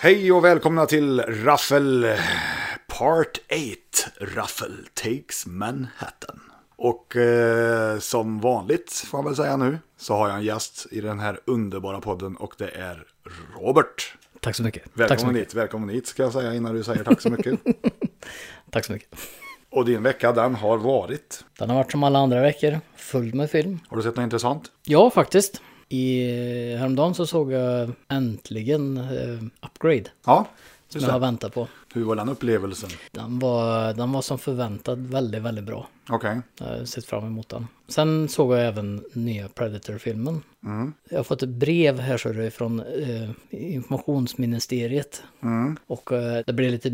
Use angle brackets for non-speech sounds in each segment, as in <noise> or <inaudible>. Hej och välkomna till Raffel Part 8 Raffel takes Manhattan. Och eh, som vanligt får man väl säga nu så har jag en gäst i den här underbara podden och det är Robert. Tack så mycket. tack så Välkommen mycket. hit, välkommen hit ska jag säga innan du säger tack så <laughs> mycket. Tack så mycket. och din vecka den har varit. Den har varit som alla andra veckor, full med film. Har du sett något intressant? Ja, faktiskt. I, eh, häromdagen så såg jag äntligen eh, Upgrade, Ja, som just jag har det. väntat på. Hur var den upplevelsen? Den var, den var som förväntat väldigt, väldigt bra. Okej, Jag har sett fram emot den. Sen såg jag även nya Predator-filmen. Mm. Jag har fått ett brev här ser du, från eh, informationsministeriet. Mm. Och eh, det blev lite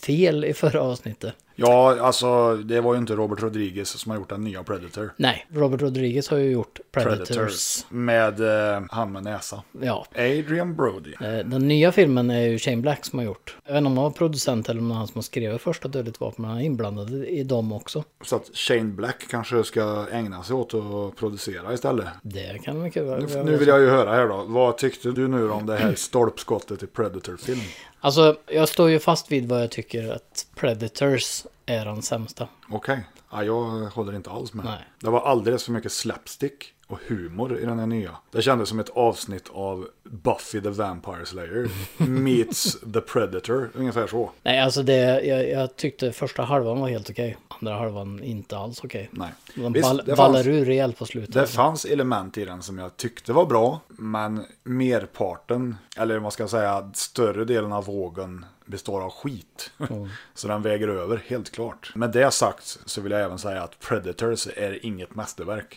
fel i förra avsnittet. ja alltså det var ju inte Robert Rodriguez som har gjort den nya Predator. Nej, Robert Rodriguez har ju gjort Predators. Predators med eh, han med näsa. Ja, Adrian Brody. Eh, Den nya filmen är ju Shane Black som har gjort. Jag vet inte om han var producent eller om det var han som skrev första Dödligt vapen, men han är inblandad i dem också. Så att Shane Black kanske ska ägna sig åt att producera istället. Det kan mycket väl Nu, nu vill jag ju höra här då. Vad tyckte du nu om det här stolpskottet i Predator-film? Alltså, jag står ju fast vid vad jag tycker att Predators är den sämsta. Okej, ja, jag håller inte alls med. Nej. Det var alldeles för mycket slapstick och humor i den här nya. Det kändes som ett avsnitt av Buffy the Vampire <laughs> Slayer meets the Predator, ungefär så. Nej, alltså det, jag, jag tyckte första halvan var helt okej. Andra halvan inte alls okej. Nej. Den Visst, ball, det fanns- ballar ur rejält på slutet. Det fanns element i den som jag tyckte var bra, men merparten, eller vad ska jag säga, större delen av vågen består av skit. <laughs> Så den väger över, helt klart. Med det sagt så vill jag även säga att Predators är inget <laughs> mästerverk.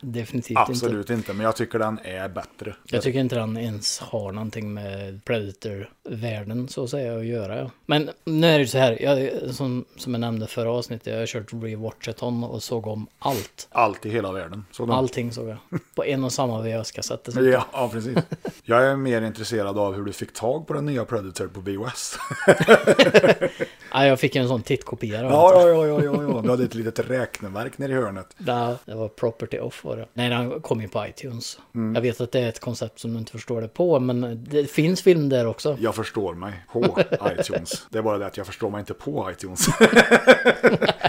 Definitivt inte. Absolut inte, men jag tycker den är bättre. Jag tycker inte den ens har någonting med Predator-världen så att säga att göra. ja. Men nu är det ju så här, jag, som, som jag nämnde förra avsnittet, jag har kört rewatchathon och såg om allt. Allt i hela världen. Så den- Allting såg jag. På en och samma VHS-kassett. <laughs> dessutom. Ja, ja, precis. Jag är mer intresserad av hur du fick tag på den nya Predator på VHS. Nej, jag fick en sån tittkopia <laughs> då. Ja, ja, ja, ja, ja, ja. Du hade ett litet räkneverk nere i hörnet. Där, det var property off var det. Nej, den kom ju på iTunes. Mm. Jag vet att det är ett koncept som du inte förstår det på, men det finns film där också. Jag förstår mig <laughs> på iTunes. Det är bara det att jag förstår mig inte på iTunes.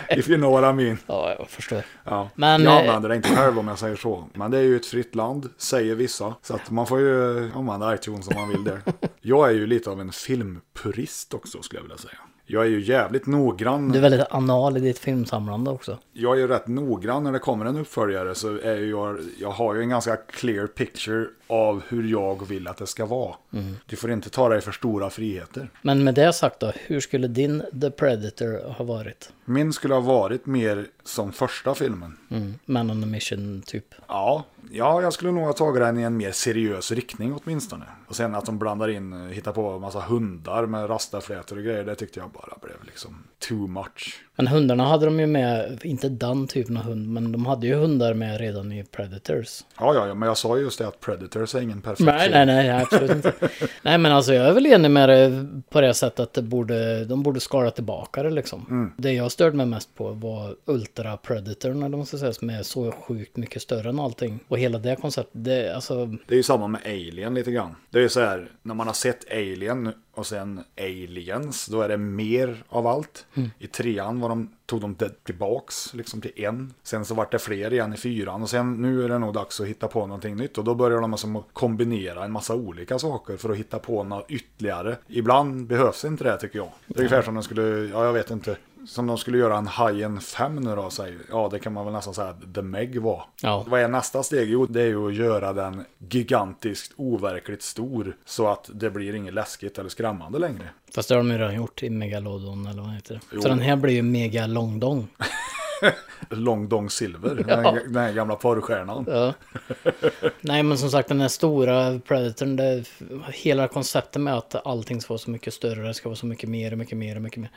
If you know what I mean. Ja, jag förstår. Ja. Men, jag eh, använder det inte själv om jag säger så. Men det är ju ett fritt land, säger vissa. Så att man får ju använda iTunes om man vill <laughs> det. Jag är ju lite av en filmpurist också skulle jag vilja säga. Jag är ju jävligt noggrann. Du är väldigt anal i ditt filmsamlande också. Jag är ju rätt noggrann när det kommer en uppföljare så är ju jag, jag har ju en ganska clear picture av hur jag vill att det ska vara. Mm. Du får inte ta dig för stora friheter. Men med det sagt då, hur skulle din The Predator ha varit? Min skulle ha varit mer som första filmen. Mm. Man on a mission typ. Ja, ja, jag skulle nog ha tagit den i en mer seriös riktning åtminstone. Och sen att de blandar in, eh, hittar på en massa hundar med rasterflätor och grejer, det tyckte jag bara blev liksom too much. Men hundarna hade de ju med, inte den typen av hund, men de hade ju hundar med redan i Predators. Ja, ja, ja men jag sa ju just det att Predators är ingen perfekt Nej, film. nej, nej, absolut inte. <laughs> nej, men alltså jag är väl enig med dig på det sättet att det borde, de borde skala tillbaka det liksom. Det jag störde mig mest på var Ultra Predator, eller vad man ska säga, som är så sjukt mycket större än allting. Och hela det konceptet, det, alltså, Det är ju samma med Alien lite grann. Det är ju så här, när man har sett Alien och sen Aliens, då är det mer av allt. I trean var de, tog de det tillbaks liksom till en. Sen så vart det fler igen i fyran och sen nu är det nog dags att hitta på någonting nytt. Och då börjar de alltså kombinera en massa olika saker för att hitta på något ytterligare. Ibland behövs inte det tycker jag. Det är ungefär som de skulle, ja jag vet inte. Som de skulle göra en Hajen 5 nu då, säger Ja, det kan man väl nästan säga att The Meg var. Ja. Vad är nästa steg? Jo, det är ju att göra den gigantiskt overkligt stor så att det blir inget läskigt eller skrämmande längre. fast det har de ju redan gjort i Megalodon eller vad heter det. Jo. Så den här blir ju Mega Longdong. Long Dong Silver, den, den här gamla porrstjärnan. Ja. Nej men som sagt den här stora Predatorn, det, hela konceptet med att allting ska vara så mycket större, det ska vara så mycket mer och mycket mer och mycket mer.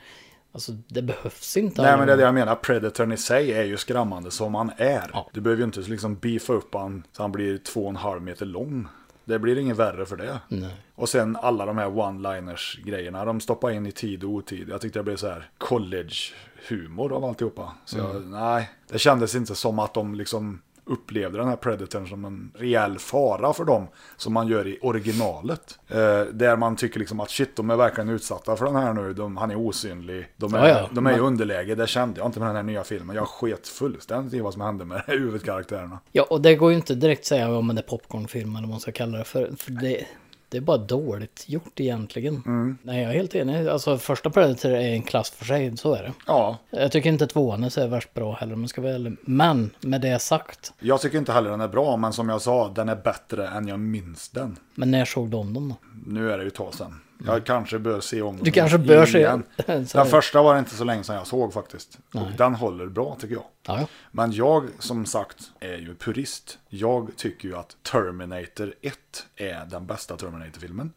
Alltså det behövs inte. Nej men det är det jag menar, Predatorn i sig är ju skrämmande som han är. Ja. Du behöver ju inte liksom beefa upp han så han blir två och en halv meter lång. Det blir inget värre för det. Nej. Och sen alla de här one-liners grejerna de stoppar in i tid och otid. Jag tyckte det blev så här Mm. college-humor av alltihopa. Så jag, nej, det kändes inte som att de liksom upplevde den här Predatorn som en rejäl fara för dem. Som man gör i originalet. Eh, där man tycker liksom att shit, de är verkligen utsatta för den här nu. De, han är osynlig. De är, Ja, ja. De är i underläge. Det kände jag inte med den här nya filmen. Jag sket fullständigt i vad som hände med <laughs> huvudkaraktärerna. Ja, och det går ju inte direkt att säga om det är popcornfilm eller vad man ska kalla det för. för det, det är bara dåligt gjort egentligen. Mm. Nej, jag är helt enig. Alltså första Predator är en klass för sig, så är det. Ja, Jag tycker inte tvåan är så värst bra heller, men ska väl... Men, med det sagt. jag tycker inte heller den är bra, men som jag sa, den är bättre än jag minns den. Men när såg du om dem då? Nu är det ju ett tag sedan. Jag kanske bör se om den. Mm. Du kanske bör se igen. den. Så är Den det. första var det inte så länge sedan jag såg faktiskt. Och Nej. den håller bra tycker jag. Ja, ja. Men jag som sagt är ju purist. Jag tycker ju att Terminator 1 är den bästa Terminator-filmen.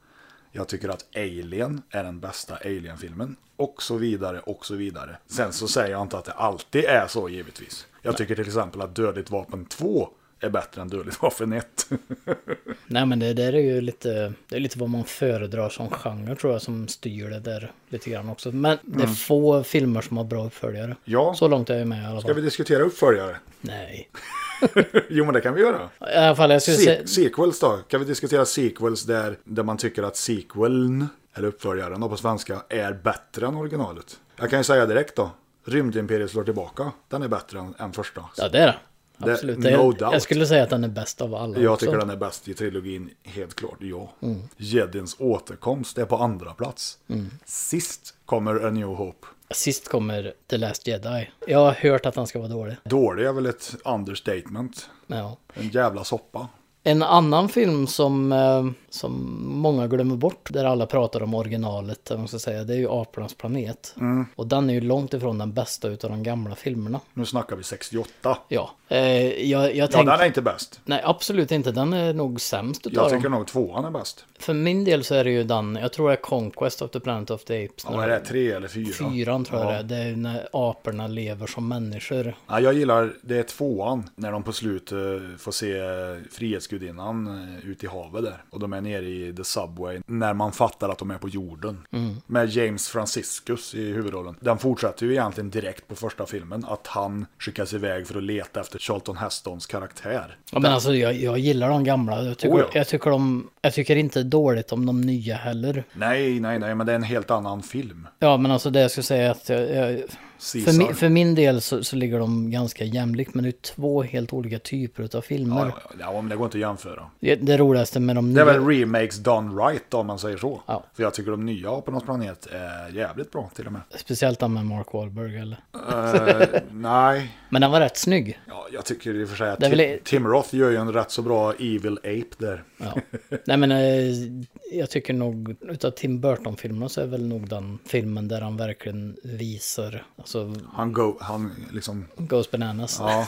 Jag tycker att Alien är den bästa Alien-filmen. Och så vidare, och så vidare. Sen så säger jag inte att det alltid är så givetvis. Jag tycker till exempel att Dödligt vapen 2 är bättre än Dödligt vapen 1. Nej, men det där är ju lite... Det är lite vad man föredrar som genre tror jag, som styr det där lite grann också. Men det är få filmer som har bra uppföljare. <laughs> Mm. Ja. Så långt är jag ju med i alla Ska fall. vi diskutera uppföljare? <laughs> Nej. Jo, men det kan vi göra. I alla fall, jag skulle säga... Se- sequels då? Kan vi diskutera sequels där, där man tycker att sequeln, eller uppföljaren då på svenska, är bättre än originalet? Jag kan ju säga direkt då. Rymdimperiet slår tillbaka. Den är bättre än, än första. Ja, det är det. Det- Absolut. no Det, jag, doubt. jag skulle säga att den är bäst av alla Jag också. tycker den är bäst i trilogin, helt klart. Ja. Mm. Jedins återkomst är på andra plats. Sist kommer A New Hope. Sist kommer The Last Jedi. Jag har hört att den ska vara dålig. Dålig är väl ett understatement. Ja. En jävla soppa. En annan film som, eh, som många glömmer bort, där alla pratar om originalet, eller vad man ska säga, det är ju Apornas planet. Mm. Och den är ju långt ifrån den bästa utav de gamla filmerna. Nu snackar vi 68. Ja, eh, jag, jag Ja, tänkte... den är inte bäst. Nej, absolut inte. Den är nog sämst Jag utav tycker dem. nog tvåan är bäst. För min del så är det ju den, jag tror det är Conquest of the Planet of the Apes. Ja, vad är det? Tre eller fyra? Fyran tror Ja. jag det är. Det är ju när aporna lever som människor. Ja, jag gillar, det är tvåan, när de på slutet får se eh, Frihetsgudinnan eh, ute i havet där. Och de är nere i The Subway, när man fattar att de är på jorden. Mm. Med James Franciscus i huvudrollen. Den fortsätter ju egentligen direkt på första filmen, att han skickas iväg för att leta efter Charlton Hestons karaktär. Ja, men alltså jag, jag gillar de gamla. Jag tycker, Oh, ja. jag, tycker de, jag tycker inte dåligt om de nya heller. Nej, nej, nej, men det är en helt annan film. Ja, men alltså det jag skulle säga är att jag, jag, Caesar. för, min, för min del så, så ligger de ganska jämlikt. Men det är två helt olika typer av filmer. Ja, ja, ja, ja, men det går inte att jämföra. Det, det roligaste med de Det nya... är väl remakes done right om man säger så. Ja. För jag tycker de nya Apornas planet är jävligt bra till och med. Speciellt den med Mark Wahlberg eller? Eh, nej, Men den var rätt snygg. Ja, jag tycker i och för sig att Det är väl- Tim, Tim Roth gör ju en rätt så bra Evil Ape där. Ja. Nej men eh, jag tycker nog utav Tim Burton-filmerna så är väl nog den filmen där han verkligen visar, alltså Han, go, han liksom, goes bananas. <laughs> ja,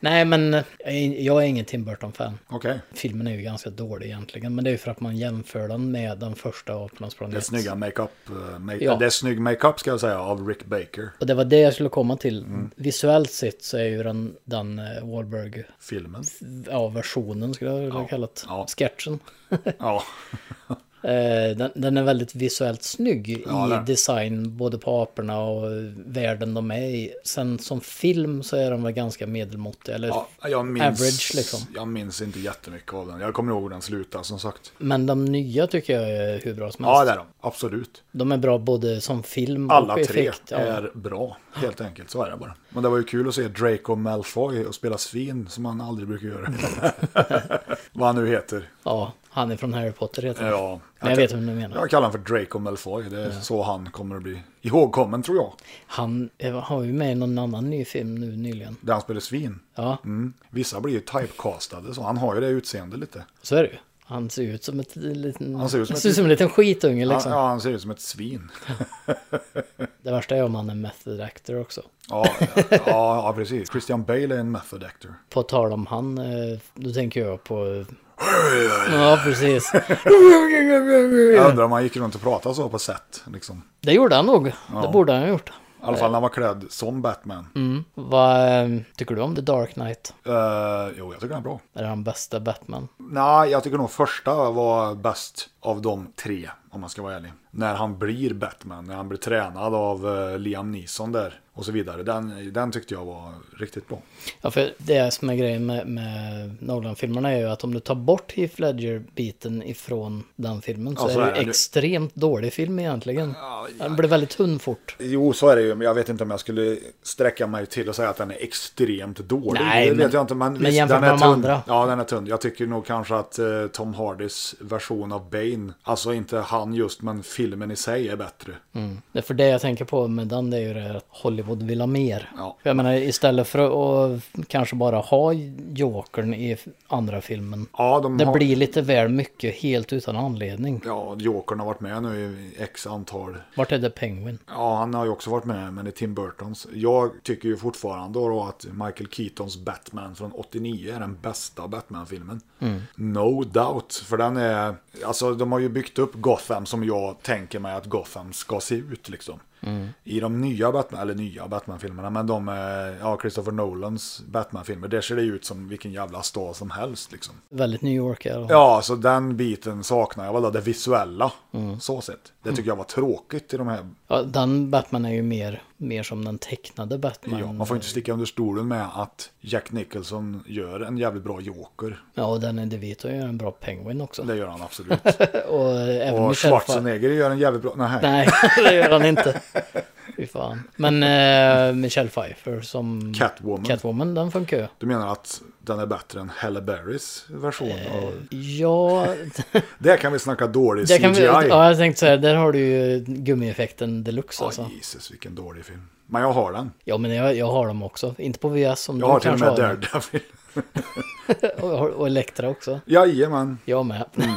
Nej men eh, jag är- jag är ingen Tim Burton-fan. okej. Filmen är ju ganska dålig egentligen, men det är ju för att man jämför den med den första Apornas planet. Det är snygga makeup, eh, make, Ja. det är snygg makeup ska jag säga av Rick Baker, Och det var det jag skulle komma till. Mm. Visuellt sett så är ju den, den eh, Wahlberg, <laughs> filmen. ja versionen skulle jag vilja Ja. kalla det, Ja. sketchen. Ja, Eh, den, den är väldigt visuellt snygg Ja, i den. design, både på aporna och världen de är i. Sen som film så är den väl ganska medelmåttig. Eller, ja jag, minns, Average, liksom. jag minns inte jättemycket av den. Jag kommer ihåg hur den slutade som sagt. Men de nya tycker jag är hur bra som helst. Ja, det är de. Absolut. De är bra både som film Alla och tre Eh. effekt. Ja. är bra, helt enkelt. Så är det bara. Men det var ju kul att se Draco Malfoy och spela svin som han aldrig brukar <laughs> göra. Vad han nu heter. ja, han är från Harry Potter heter han. Eh, Ja, Men jag vet vem du menar. Jag kallar honom för Draco Malfoy. Det är så han kommer att bli ihågkommen tror jag. Han eh, har ju med i någon annan ny film nu nyligen. Där han spelar svin. Ja, Mm. Vissa blir ju typecastade så. Han har ju det utseende lite. så är det ju. Han ser ut som, ett, liten, Han ser ut som ett- en liten skitunge liksom. Han, ja, han ser ut som ett svin. Det värsta är om han är method actor också. Ja, <laughs> ja, ja precis. Christian Bale är en method actor. På tal om han, eh, då tänker jag på... eh, Ja, <laughs> precis. Jag undrar om han gick runt och pratade så på set. Liksom. Det gjorde han nog. Det borde han ha gjort. I alla fall när han var klädd som Batman. Mm. Vad eh, tycker du om The Dark Knight? Eh, jo, jag tycker han är bra. Är han bästa Batman? Nej, jag tycker nog första var bäst av de tre. Om om man ska vara ärlig. När han blir Batman, när han blir tränad av eh, Liam Neeson där och så vidare. Den, den tyckte jag var riktigt bra. Ja, för det som är grejen med, med Nolan-filmerna är ju att om du tar bort Heath Ledger-biten ifrån den filmen så Ja, så är är det det ju ju. extremt dålig film egentligen. Ja, Den blir väldigt tunn fort. Jo, så är det ju, men jag vet inte om jag skulle sträcka mig till och säga att den är extremt dålig. Nej, det men- vet jag inte, men, men jämfört den är med de tunn. andra. Ja, den är tunn. Jag tycker nog kanske att eh, Tom Hardys version av Bane, alltså inte han just, men filmen i sig är bättre. Det är för det jag tänker på med den det är ju det här att Hollywood vill ha mer. Ja. För jag menar istället för att kanske bara ha Jokern i andra filmen. Ja, de Det har... blir lite väl mycket helt utan anledning. Ja, Jokern har varit med nu i x antal. Vart är The Penguin? Ja, han har ju också varit med, men i Tim Burtons. Jag tycker ju fortfarande då att Michael Keatons Batman från 89 är den bästa Batman-filmen. No doubt, för den är... Alltså, de har ju byggt upp Gotham som jag tänker mig att Gotham ska se ut liksom. I de nya Batman, eller nya Batman-filmerna, men de, eh, ja, Christopher Nolans Batman-filmer, där ser det ut som vilken jävla stad som helst liksom. Väldigt New York är det. Ja, så den biten saknar jag väl då, det visuella. Så sett. Det tycker jag var tråkigt i de här. Ja, den Batman är ju mer, mer som den tecknade Batman. Ja, man får inte sticka under stolen med att Jack Nicholson gör en jävligt bra joker. Ja, och den är DeVito gör en bra Penguin också. Det gör han absolut. <laughs> Och eh, även Och Michelle Schwarzenegger gör en jävligt bra... Nej. Nej, <laughs> det gör han <laughs> inte. Fy fan. Men eh, Michelle Pfeiffer som Catwoman. Catwoman, den funkar ju. Du menar att den är bättre än Halle Berrys version? av- <laughs> Ja, Där kan vi snacka dålig Eh. det CGI. kan vi, ja, jag tänkte säga, där har du ju gummieffekten deluxe Åh, alltså. Jesus, vilken dålig film. Men jag har den. Ja, men jag, jag har dem också. Inte på VS som Jag har du till och kanske med har. Daredevil. <laughs> Och, och Elektra också. Jajamän. Jag med. Mm.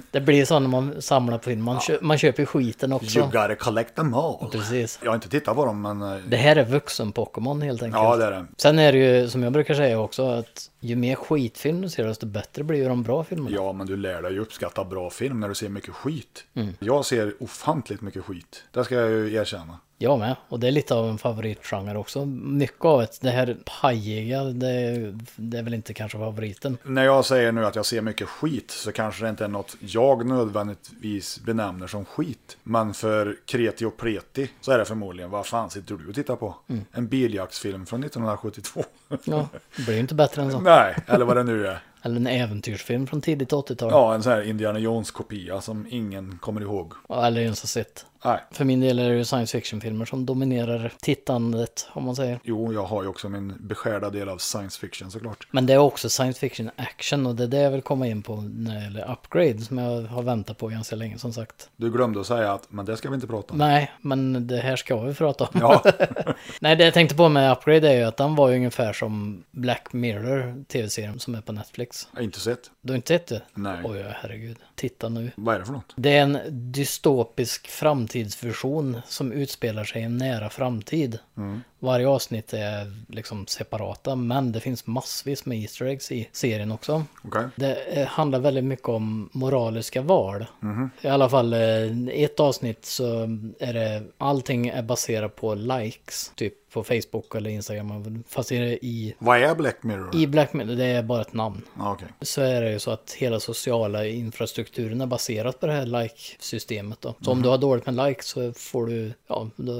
<laughs> det blir så när man samlar på film. Man, kö, man köper ju skiten You också. gotta collect them all. Precis. Jag har inte tittat på dem, men... eh, Det här är vuxen-Pokémon helt enkelt. Ja, det är det. Sen är det ju som jag brukar säga också att ju mer skitfilm du ser desto bättre blir ju de bra filmerna. Ja, men du lär dig ju uppskatta bra film när du ser mycket skit. Jag ser ofantligt mycket skit. Det ska jag ju erkänna. Jag med. Och det är lite av en favoritgenre också. Mycket av ett, det här pajiga, det, det är väl inte kanske favoriten. När jag säger nu att jag ser mycket skit så kanske det inte är något jag nödvändigtvis benämner som skit. Men för kreti och preti så är det förmodligen vad fan sitter du och tittar på? En biljaktsfilm från 1972. Ja, det blir ju inte bättre än <laughs> så. Nej, eller vad det nu är. Eller en äventyrsfilm från tidigt 80-tal. Ja, en sån här Indiana Jones-kopia som ingen kommer ihåg. Eller ens har sett. Nej. För min del är det ju science fiction-filmer som dominerar tittandet, om man säger. Jo, jag har ju också min beskärda del av science fiction såklart. Men det är också science fiction action och det är det jag vill komma in på när det gäller upgrade som jag har väntat på ganska länge som sagt. Du glömde att säga att, men det ska vi inte prata om. Nej, men det här ska vi prata om. Ja, <laughs> Nej, det jag tänkte på med Upgrade är ju att den var ju ungefär som Black Mirror, tv-serien som är på Netflix. jag har inte sett. Du har inte sett det? Nej. Oj, ja, herregud. Titta nu. Vad är det för något? Det är en dystopisk framtidsvision som utspelar sig i en nära framtid. Mm. Varje avsnitt är liksom separata, men det finns massvis med Easter eggs i serien också. Okej. Det eh, handlar väldigt mycket om moraliska val. Mhm. I alla fall eh, i ett avsnitt så är det allting är baserat på likes. Typ på Facebook eller Instagram. Fast är det i, Vad är Black Mirror? i Black Mirror, det är bara ett namn. Ja, okej. Så är det ju så att hela sociala infrastrukturen är baserat på det här like-systemet då. Så Mhm. om du har dåligt med likes så får du, ja, då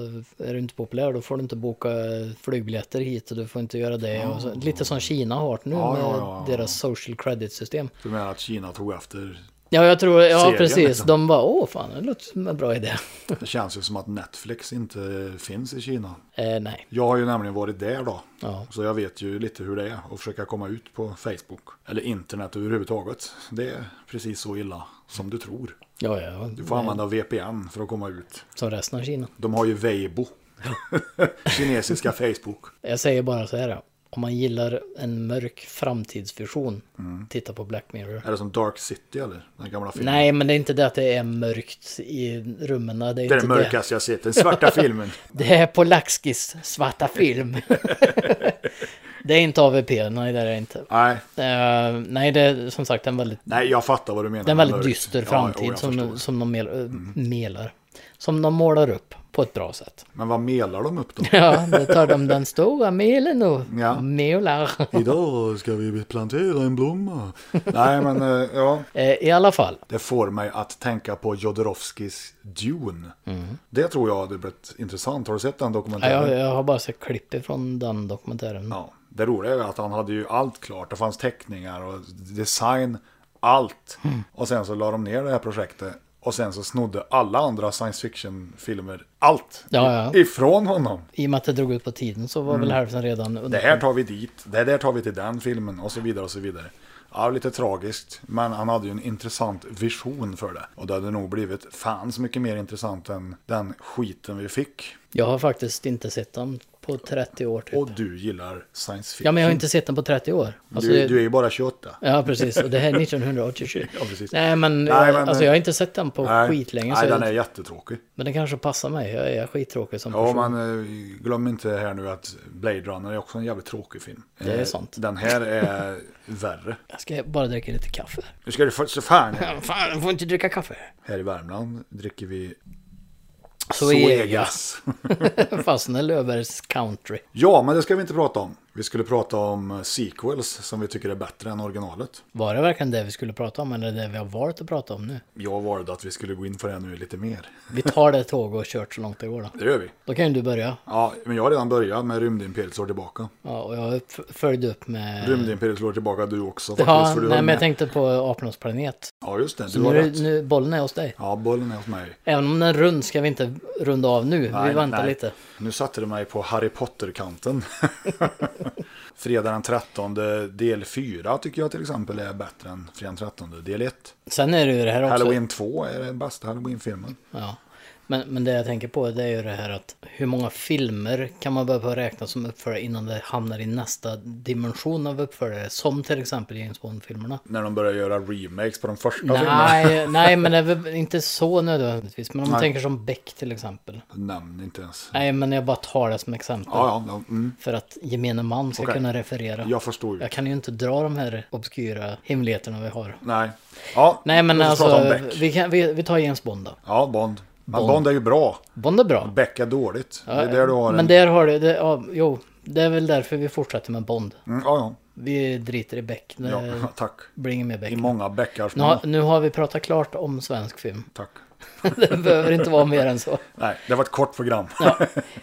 är du inte populär, då får du inte boka flygbiljetter hit och du får inte göra det. Och så, lite som Kina har nu Ja, med ja, ja, ja. deras social credit-system. Du menar att Kina tog efter? Ja, jag tror, ja serien, precis. liksom. De bara, åh fan, det låter som en bra idé. Det känns ju som att Netflix inte finns i Kina. Eh, nej, Jag har ju nämligen varit där då. Ja. Så jag vet ju lite hur det är att försöka komma ut på Facebook. Eller internet överhuvudtaget. Det är precis så illa som du tror. ja, ja, Du får använda VPN för att komma ut. som resten av Kina. De har ju Weibo. <laughs> Kinesiska Facebook. Jag säger bara så här, ja. om man gillar en mörk framtidsvision, Mm. titta på Black Mirror. Är det som Dark City eller? Den gamla filmen. Nej, men det är inte det att det är mörkt i rummen. Det är, Det är inte den mörkaste jag sett. Den svarta <laughs> filmen. Det. det är Polakskis svarta <laughs> film. det är inte AVP, nej det är det inte. Nej, Eh, nej, det är som sagt en väldigt nej, jag fattar vad du menar. Det är en väldigt Mörkt. dyster Ja, Mm. framtid jo, jag som, förstår. som de mel, melar. Som de målar upp. På ett bra sätt. Men vad melar de <laughs> upp då? Ja, då tar de den stora melen och Ja. melar. Idag ska vi plantera en blomma. Nej, men eh, ja. Eh, I alla fall. Det får mig att tänka på Jodorowskis Dune. Det tror jag hade blivit intressant. Har du sett den Mm. Ja, dokumentären? jag, jag har bara sett klipp från den dokumentären. Ja, det roliga är att han hade ju allt klart. Det fanns teckningar och design, allt. Mm. Och sen så la de ner det här projektet. Och sen så snodde alla andra science fiction-filmer allt Ja, ja. ifrån honom. I och med att det drog ut på tiden så var Mm. väl hälften redan Det under. här tar vi dit, det där tar vi till den filmen och så vidare och så vidare. Ja, lite tragiskt, men han hade ju en intressant vision för det. Och det hade nog blivit fans mycket mer intressant än den skiten vi fick. Jag har faktiskt inte sett den på 30 år typ. Och du gillar science fiction. Ja, men jag har inte sett den på 30 år. Alltså, du, det- du är ju bara 28. Ja, precis. Och det här är 1987. <laughs> Ja, precis. Nej, men, Nej, men- alltså, jag har inte sett den på Nej, skitlänge. Så Nej, den jag, är jättetråkig. Men den kanske passar mig. Jag är skittråkig som Ja, person. men eh, glöm inte här nu att Blade Runner är också en jävligt tråkig film. Det är Eh, sant. Den här är <laughs> värre. Jag ska bara dricka lite kaffe. Nu ska du först så fan. Fan, jag får inte dricka kaffe. Här i Värmland dricker vi Så är jag. Zoegas. <laughs> Fastnar Löfbergs country. Ja, men det ska vi inte prata om. Vi skulle prata om eh, sequels som vi tycker är bättre än originalet. Var det verkligen det vi skulle prata om eller det vi har valt att prata om nu? Jag valde att vi skulle gå in för det nu lite mer. Vi tar det tåg och kört så långt det går då. Det gör vi. Då kan ju du börja. Ja, men jag har redan börjat med Rymdimperiet slår tillbaka. Ja, och jag f- följde upp med... Rymdimperiet slår tillbaka du också. faktiskt, Eh. Ja, för du höll nej, men jag med. tänkte på Apornas planet. Ja, just det. Du har Nu, rätt. nu, bollen är hos dig. Ja, bollen är hos mig. Även om den är rund ska vi inte runda av nu. vi väntar lite. Nu satte du mig på Harry <laughs> Potter-kanten. Fredag den 13 del 4 tycker jag till exempel är bättre än Fredag den 13 del 1. Sen är det ju det här också. Halloween 2 är den bästa Halloween-filmen. Ja. Men, men det jag tänker på det är ju det här att hur många filmer kan man börja räkna som uppföljare innan det hamnar i nästa dimension av uppföljare? Som till exempel James Bond-filmerna. När de börjar göra remakes på de första filmerna. Nej, <laughs> nej, men det är väl inte så nödvändigtvis. Men om Nej. man tänker som Beck till exempel. Nämn inte ens. Ja, Nej, men jag bara tar det som exempel. ja, ja, mm. För att gemene man ska Okej. kunna referera. jag förstår ju. Jag kan ju inte dra de här obskyra hemligheterna vi har. Nej. Ja, Nej, men låt oss prata om alltså, Beck. vi, kan, vi, vi tar James Bond då. Ja, Bond. Men Bond. Bond. är ju bra. Bond är bra. Beck är dåligt. det är där du har Men en... där har du, det, ja, jo, det är väl därför vi fortsätter med Bond. Mm, ja, Vi driter i Beck. Det ja, ja. <laughs> Tack. blir inget mer Eh, Beck. I många bäckar Nu små. har, nu har vi pratat klart om svensk film. <laughs> Tack. Det behöver inte vara mer än så. Nej, det var ett kort program. <laughs>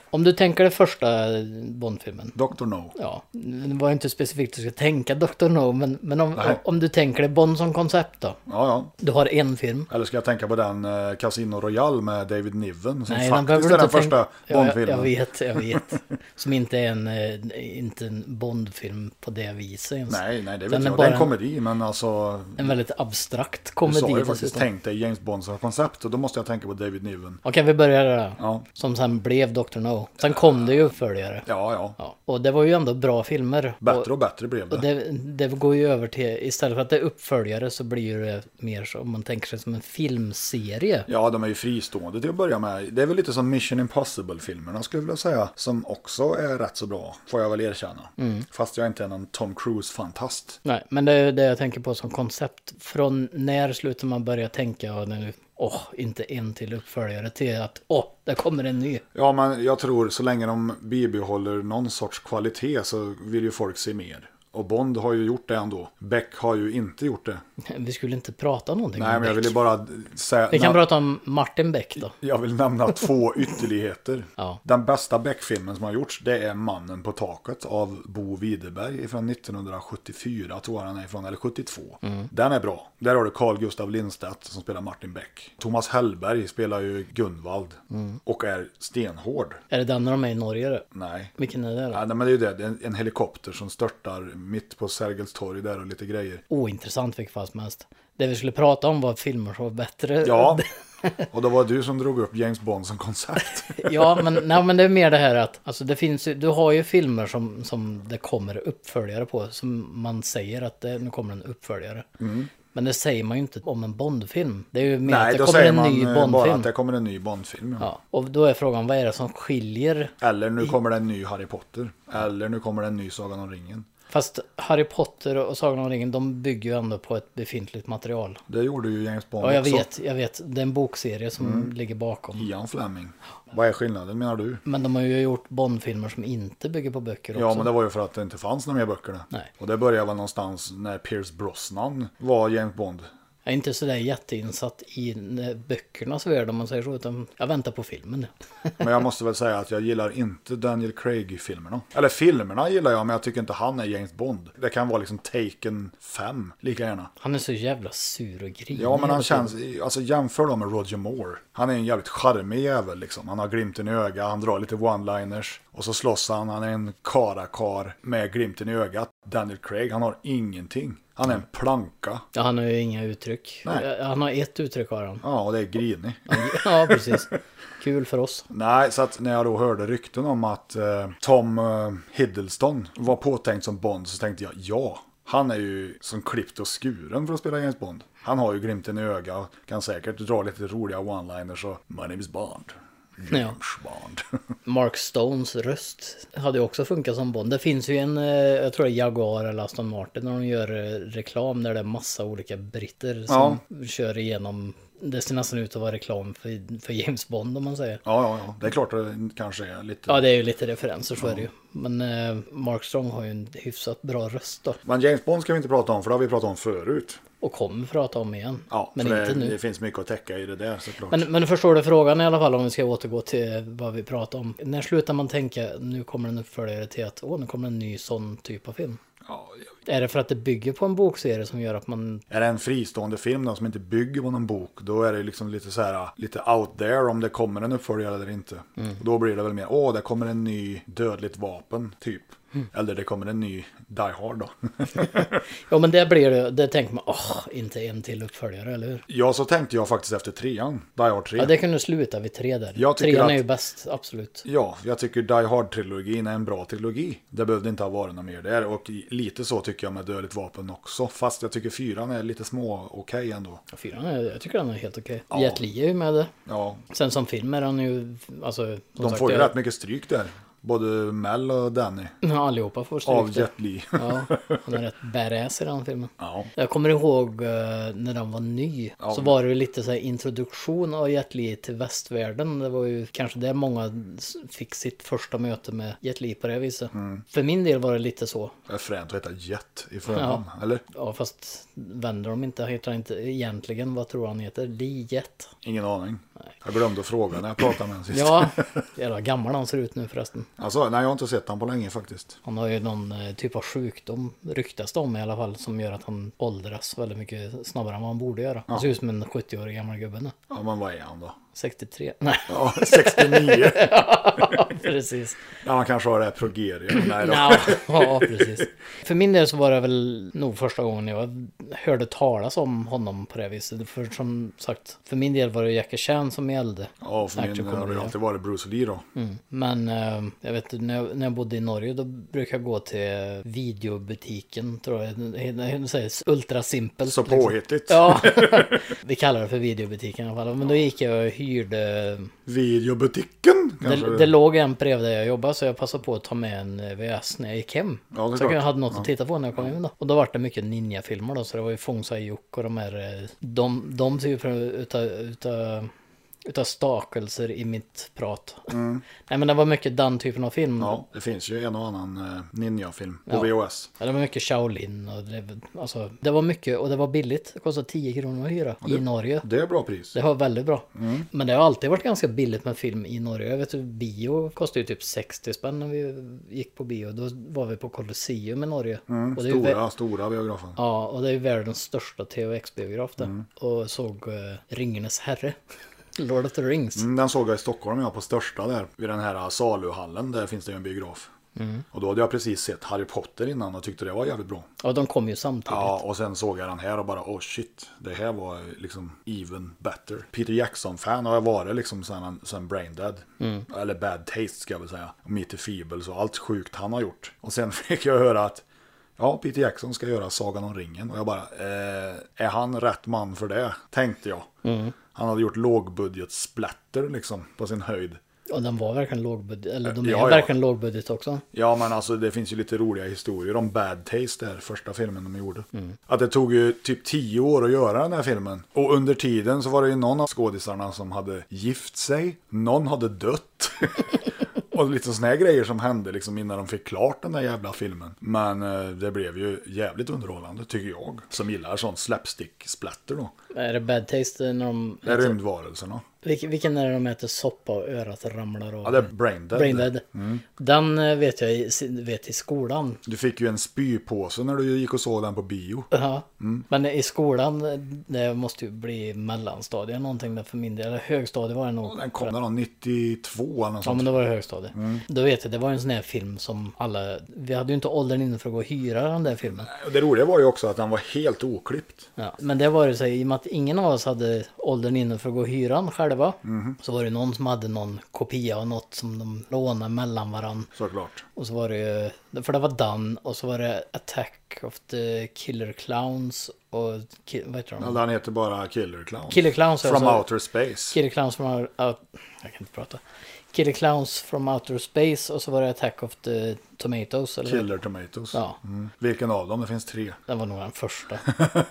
Om du tänker den första Bond-filmen. Dr. No. Ja, det var ju inte specifikt du ska tänka Dr. No, men, men om, Nej. om du tänker det Bond som koncept då? Ja, ja. Du har en film. Eller ska jag tänka på den eh, Casino Royale med David Niven som Nej, den behöver faktiskt du är inte den tänka... första Ja, jag, Bondfilmen? jag vet, jag vet. <laughs> Som inte är en, eh, inte en Bondfilm på det viset ens. Nej, nej, det vet Den är jag. Det bara är en en- komedi, men alltså... En väldigt abstrakt Du komedi sa ju faktiskt, dessutom. tänk dig James Bonds koncept och då måste jag tänka på David Niven. Okej, vi börjar där. då. Ja, Som sen blev Dr. No. Sen kom det ju uppföljare. ja, ja. Ja. Och det var ju ändå bra filmer. Bättre och bättre blev Och det. det, det går ju över till, istället för att det är uppföljare så blir det mer så, om man tänker sig som en filmserie. Ja, de är ju fristående till att börja med. Det är väl lite som Mission Impossible-filmerna skulle jag vilja säga, som också är rätt så bra, får jag väl erkänna. Mm. Fast jag inte är någon Tom Cruise-fantast. Nej, men det är det jag tänker på som koncept. Från när slutar man börja tänka, ja, nu, åh, inte en till uppföljare, till att, åh, där kommer en ny. Ja, men jag tror så länge de bibehåller någon sorts kvalitet så vill ju folk se mer. Och Bond har ju gjort det ändå. Beck har ju inte gjort det. Vi skulle inte prata någonting Nej, om men jag Beck. ville bara säga... Vi kan na- prata om Martin Beck då. Jag vill nämna <laughs> två ytterligheter. Ja. Den bästa Beck-filmen som har gjorts det är Mannen på taket av Bo Widerberg från 1974 tror jag den är ifrån, eller 72. Mm. Den är bra. Där har du Carl Gustav Lindstedt som spelar Martin Beck. Thomas Hellberg spelar ju Gunvald Mm. och är stenhård. Är det den när de är i Norge? då? Nej. Vilken är det då? Ja, nej, men det är ju det. det är en, en helikopter som störtar mitt på Sergels torg där och lite grejer. Ointressant vilket fall som helst. Det vi skulle prata om var filmer som var bättre. <laughs> Ja, och det var du som drog upp James Bond som <laughs> koncept. ja men, nej, men det är mer det här att alltså, det finns, ju- du har ju filmer som, som det kommer uppföljare på. Som man säger att det, nu kommer en uppföljare. Men det säger man ju inte om en Bondfilm. Det är ju mer Mm. Nej, att det då kommer säger en man ny eh, bara Bondfilm. att det kommer en ny Bondfilm. Ja. Ja, och då är frågan, vad är det som skiljer? Eller nu kommer det en ny Harry Potter. Eller nu kommer det en ny Sagan om ringen. Fast Harry Potter och Sagan om ringen, de bygger ju ändå på ett befintligt material. Det gjorde ju James Bond Ja, jag också. Mm. vet, jag vet. Det är en bokserie som ligger bakom. Ian Fleming. Vad är skillnaden menar du? Men de har ju gjort Bond-filmer som inte bygger på böcker också. Ja, men det var ju för att det inte fanns några mer böcker. där. Nej. Och det började väl någonstans när Pierce Brosnan var James Bond. Jag är inte sådär jätteinsatt i eh, böckernas värld om man säger så, utan jag väntar på filmen. Men jag måste väl säga att jag gillar inte Daniel Craig-filmerna. Eller filmerna gillar jag, men jag tycker inte han är James Bond. Det kan vara liksom Taken 5, lika gärna. Han är så jävla sur och grinig. Ja, men hela han tiden. känns, alltså jämför dem med Roger Moore. Han är en jävligt charmig jävel liksom. Han har glimten i ögat, han drar lite one-liners. Och så slåss han, han är en karakar med glimten i ögat. Daniel Craig, han har ingenting. Han är en planka. Ja, han har ju inga uttryck. Nej. Eh, Han har ett uttryck har han. Ja, och det är grinig. <laughs> Ja, precis. Kul för oss. Nej, så att när jag då hörde rykten om att eh, Tom eh, Hiddleston var påtänkt som Bond så tänkte jag ja. Han är ju som klippt och skuren för att spela James Bond. Han har ju glimten i ögat och kan säkert dra lite roliga one-liners och My name is Bond. Mm. Ja. Bond. Mark Stones röst hade ju också funkat som Bond. Det finns ju en, eh, jag tror det är Jaguar eller Aston Martin, när de gör eh, reklam där det är massa olika britter som kör igenom. Det ser nästan ut att vara reklam för, för James Bond om man säger. Ja, ja, ja. Det är klart att det kanske är lite... Ja, det är ju lite referenser, så är det ju. Men eh, Mark Strong har ju en hyfsat bra röst då. Men James Bond ska vi inte prata om, för det har vi pratat om förut. Och kommer prata om igen. Ja, men för inte det, nu. det finns mycket att täcka i det där såklart. Men, men förstår du frågan i alla fall om vi ska återgå till vad vi pratar om. När slutar man tänka nu kommer en uppföljare till att åh, nu kommer en ny sån typ av film? Ja, jag- Är det för att det bygger på en bokserie som gör att man... Är det en fristående film då, som inte bygger på någon bok, då är det liksom lite så här, lite out there om det kommer en uppföljare eller inte. Mm. Då blir det väl mer, åh, det kommer en ny dödligt vapen, typ. Mm. Eller det kommer en ny Die Hard då. <laughs> Ja men det blir det, det tänker man, åh, inte en till uppföljare, eller hur? ja, så tänkte jag faktiskt efter trean, Die Hard 3. Ja, det kunde sluta vid tre där. Jag tycker Trean att- är ju bäst, absolut. Ja, jag tycker Die Hard-trilogin är en bra trilogi. Det behövde inte ha varit något mer där. Och i- lite så tycker jag med Dödligt Vapen också. Fast jag tycker fyran är lite små okej ändå. Fyran, är, jag tycker den är helt okej. Jet Li är ju med där. Ja, Sen som film är han ju, alltså... som de sagt, får ju jag- rätt mycket stryk där. Både Mel och Danny. Ja, <laughs> allihopa får stryk Av där. Jet Li. <laughs> Ja, han är rätt badass i den filmen. Ja. Jag kommer ihåg eh, när den var ny. Så var det ju lite så här introduktion av Jet Li till västvärlden. Det var ju kanske där många s- fick sitt första möte med Jet Li på det viset. Mm. För min del var det lite så. Det är fränt att heta Jet i förnamn, eller? Ja, fast vänder de inte, heter han inte egentligen, vad tror han heter? Li Jet? Ingen aning. Jag glömde fråga när jag pratade med honom sist. <laughs> Ja, jävla gammal han ser ut nu förresten. Alltså, nej, jag har inte sett honom på länge faktiskt. Han har ju någon eh, typ av sjukdom, ryktas det om i alla fall, som gör att han åldras väldigt mycket snabbare än vad han borde göra. Han ser ut som en 70-årig gammal gubbe nu. Ja, men vad är han då? 63? <laughs> Nej, Ja, <laughs> 69. precis. ja, han kanske har det här progeria. Nej då. Nja, ja, precis. För min del så var det väl nog första gången jag hörde talas om honom på det viset. För som sagt, för min del var det Jackie Chan som gällde. Ja, för Snart så min kommer har det. det alltid varit Bruce Lee då. Mm. Men eh, jag vet när jag, när jag bodde i Norge då brukade jag gå till videobutiken, tror jag. Det sägs ultra simpelt. Så påhittigt. Ja, <laughs> vi kallar det för videobutiken i alla fall. Men då gick jag och hyrde Videobutiken kanske. Det, det låg en bredvid där jag jobbade så jag passade på att ta med en eh, VHS när jag gick hem. Ja, det är så jag klart. hade något att titta på när jag kom hem då. Och då var det mycket ninjafilmer då, så det var ju Fång Sayuk och de här... eh, De, de ser ju från utav, utav, utav stakelser i mitt prat. Nej men det var mycket den typen av film. Mm. Ja, det finns ju en och annan eh, ninja-film på Ja. VHS. Ja, det var mycket Shaolin och det, alltså, det var mycket och det var billigt. Det kostade 10 kronor att hyra i Norge. Det är bra pris. Det var väldigt bra. Mm. Men det har alltid varit ganska billigt med film i Norge. Jag vet ju, bio kostade ju typ 60 spänn när vi gick på bio. Då var vi på Colosseum i Norge. och det är ju vä- Mm, Stora, stora biografen. Ja, och det är ju världens största THX-biograf där. Mm. Och såg uh, Ringenes Herre. <laughs> Lord of the Rings. Mm, Den såg jag i Stockholm, jag på största där, vid den här saluhallen, där finns det ju en biograf. Mm. Och då hade jag precis sett Harry Potter innan och tyckte det var jävligt bra. Ja, de kom ju samtidigt. Ja, och sen såg jag den här och bara, oh shit, det här var liksom even better. Peter Jackson-fan har jag varit liksom sen, han- sen Braindead. Eller Bad Taste ska jag väl säga. Och Meet the Feebles och allt sjukt han har gjort. Och sen <laughs> fick jag höra att, ja, Peter Jackson ska göra Sagan om ringen. Och jag bara, eh, är han rätt man för det? Tänkte jag. Han hade gjort lågbudget-splatter liksom, på sin höjd. Ja, den var verkligen lågbudget, eller de är Ja, ja. verkligen lågbudget också. Ja, men alltså det finns ju lite roliga historier om Bad Taste där, första filmen de gjorde. Att det tog ju typ tio år att göra den här filmen. Och under tiden så var det ju någon av skådisarna som hade gift sig, någon hade dött. <laughs> Och lite sådana här grejer som hände liksom innan de fick klart den där jävla filmen. Men eh, det blev ju jävligt underhållande tycker jag. Som gillar sånt slapstick-splatter då. Är det bad taste när de... Det är rymdvarelserna. Vil- Vilken är det de äter soppa och örat ramlar av? Ja, det är Mm. Braindead. Braindead. Den eh, vet jag i, vet i skolan. Du fick ju en spypåse när du gick och såg den på bio. Ja. Mm. Men i skolan, eh, det måste ju bli mellanstadiet någonting där för min del. Eller högstadiet var det nog. Den kom där någon 92 eller något Ja sånt. men då var det högstadiet. Mm. Då vet jag, det var en sån här film som alla, vi hade ju inte åldern inne för att gå och hyra den där filmen. Och Det roliga var ju också att den var helt oklippt. Ja. Men det var det så här, i och med att ingen av oss hade åldern inne för att gå och hyra den själva. Mm-hmm. Så var det någon som hade någon kopia av något som de lånade mellan varandra. Såklart. Och så var det ju, för det var Dan och så var det Attack of the Killer Clowns och, ki- vad heter de? Ja, Den heter bara Killer Clowns. Killer Clowns From alltså- Outer Space. Killer Clowns from Outer... Uh, jag kan inte prata. Killer Clowns from Outer Space och så var det Attack of the Tomatoes. Eller? Killer Tomatoes. Ja, Mm. Vilken av dem? Det finns tre. den var nog den första.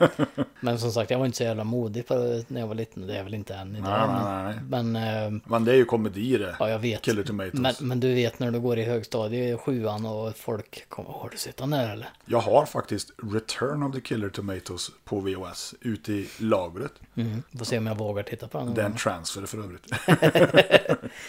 <laughs> men som sagt, jag var inte så jävla modig på, när jag var liten. Det är jag väl inte än idag. Nej, nej, men- nej. Men, eh, Men det är ju komedi det. ja, jag vet. Killer Tomatoes. Men, men du vet när du går i högstadiet, i sjuan och folk kommer, har du sett den där eller? Jag har faktiskt Return of the Killer Tomatoes på VHS ute i lagret. Mm. Får se om jag vågar titta på den. Det är en transfer för <laughs> övrigt.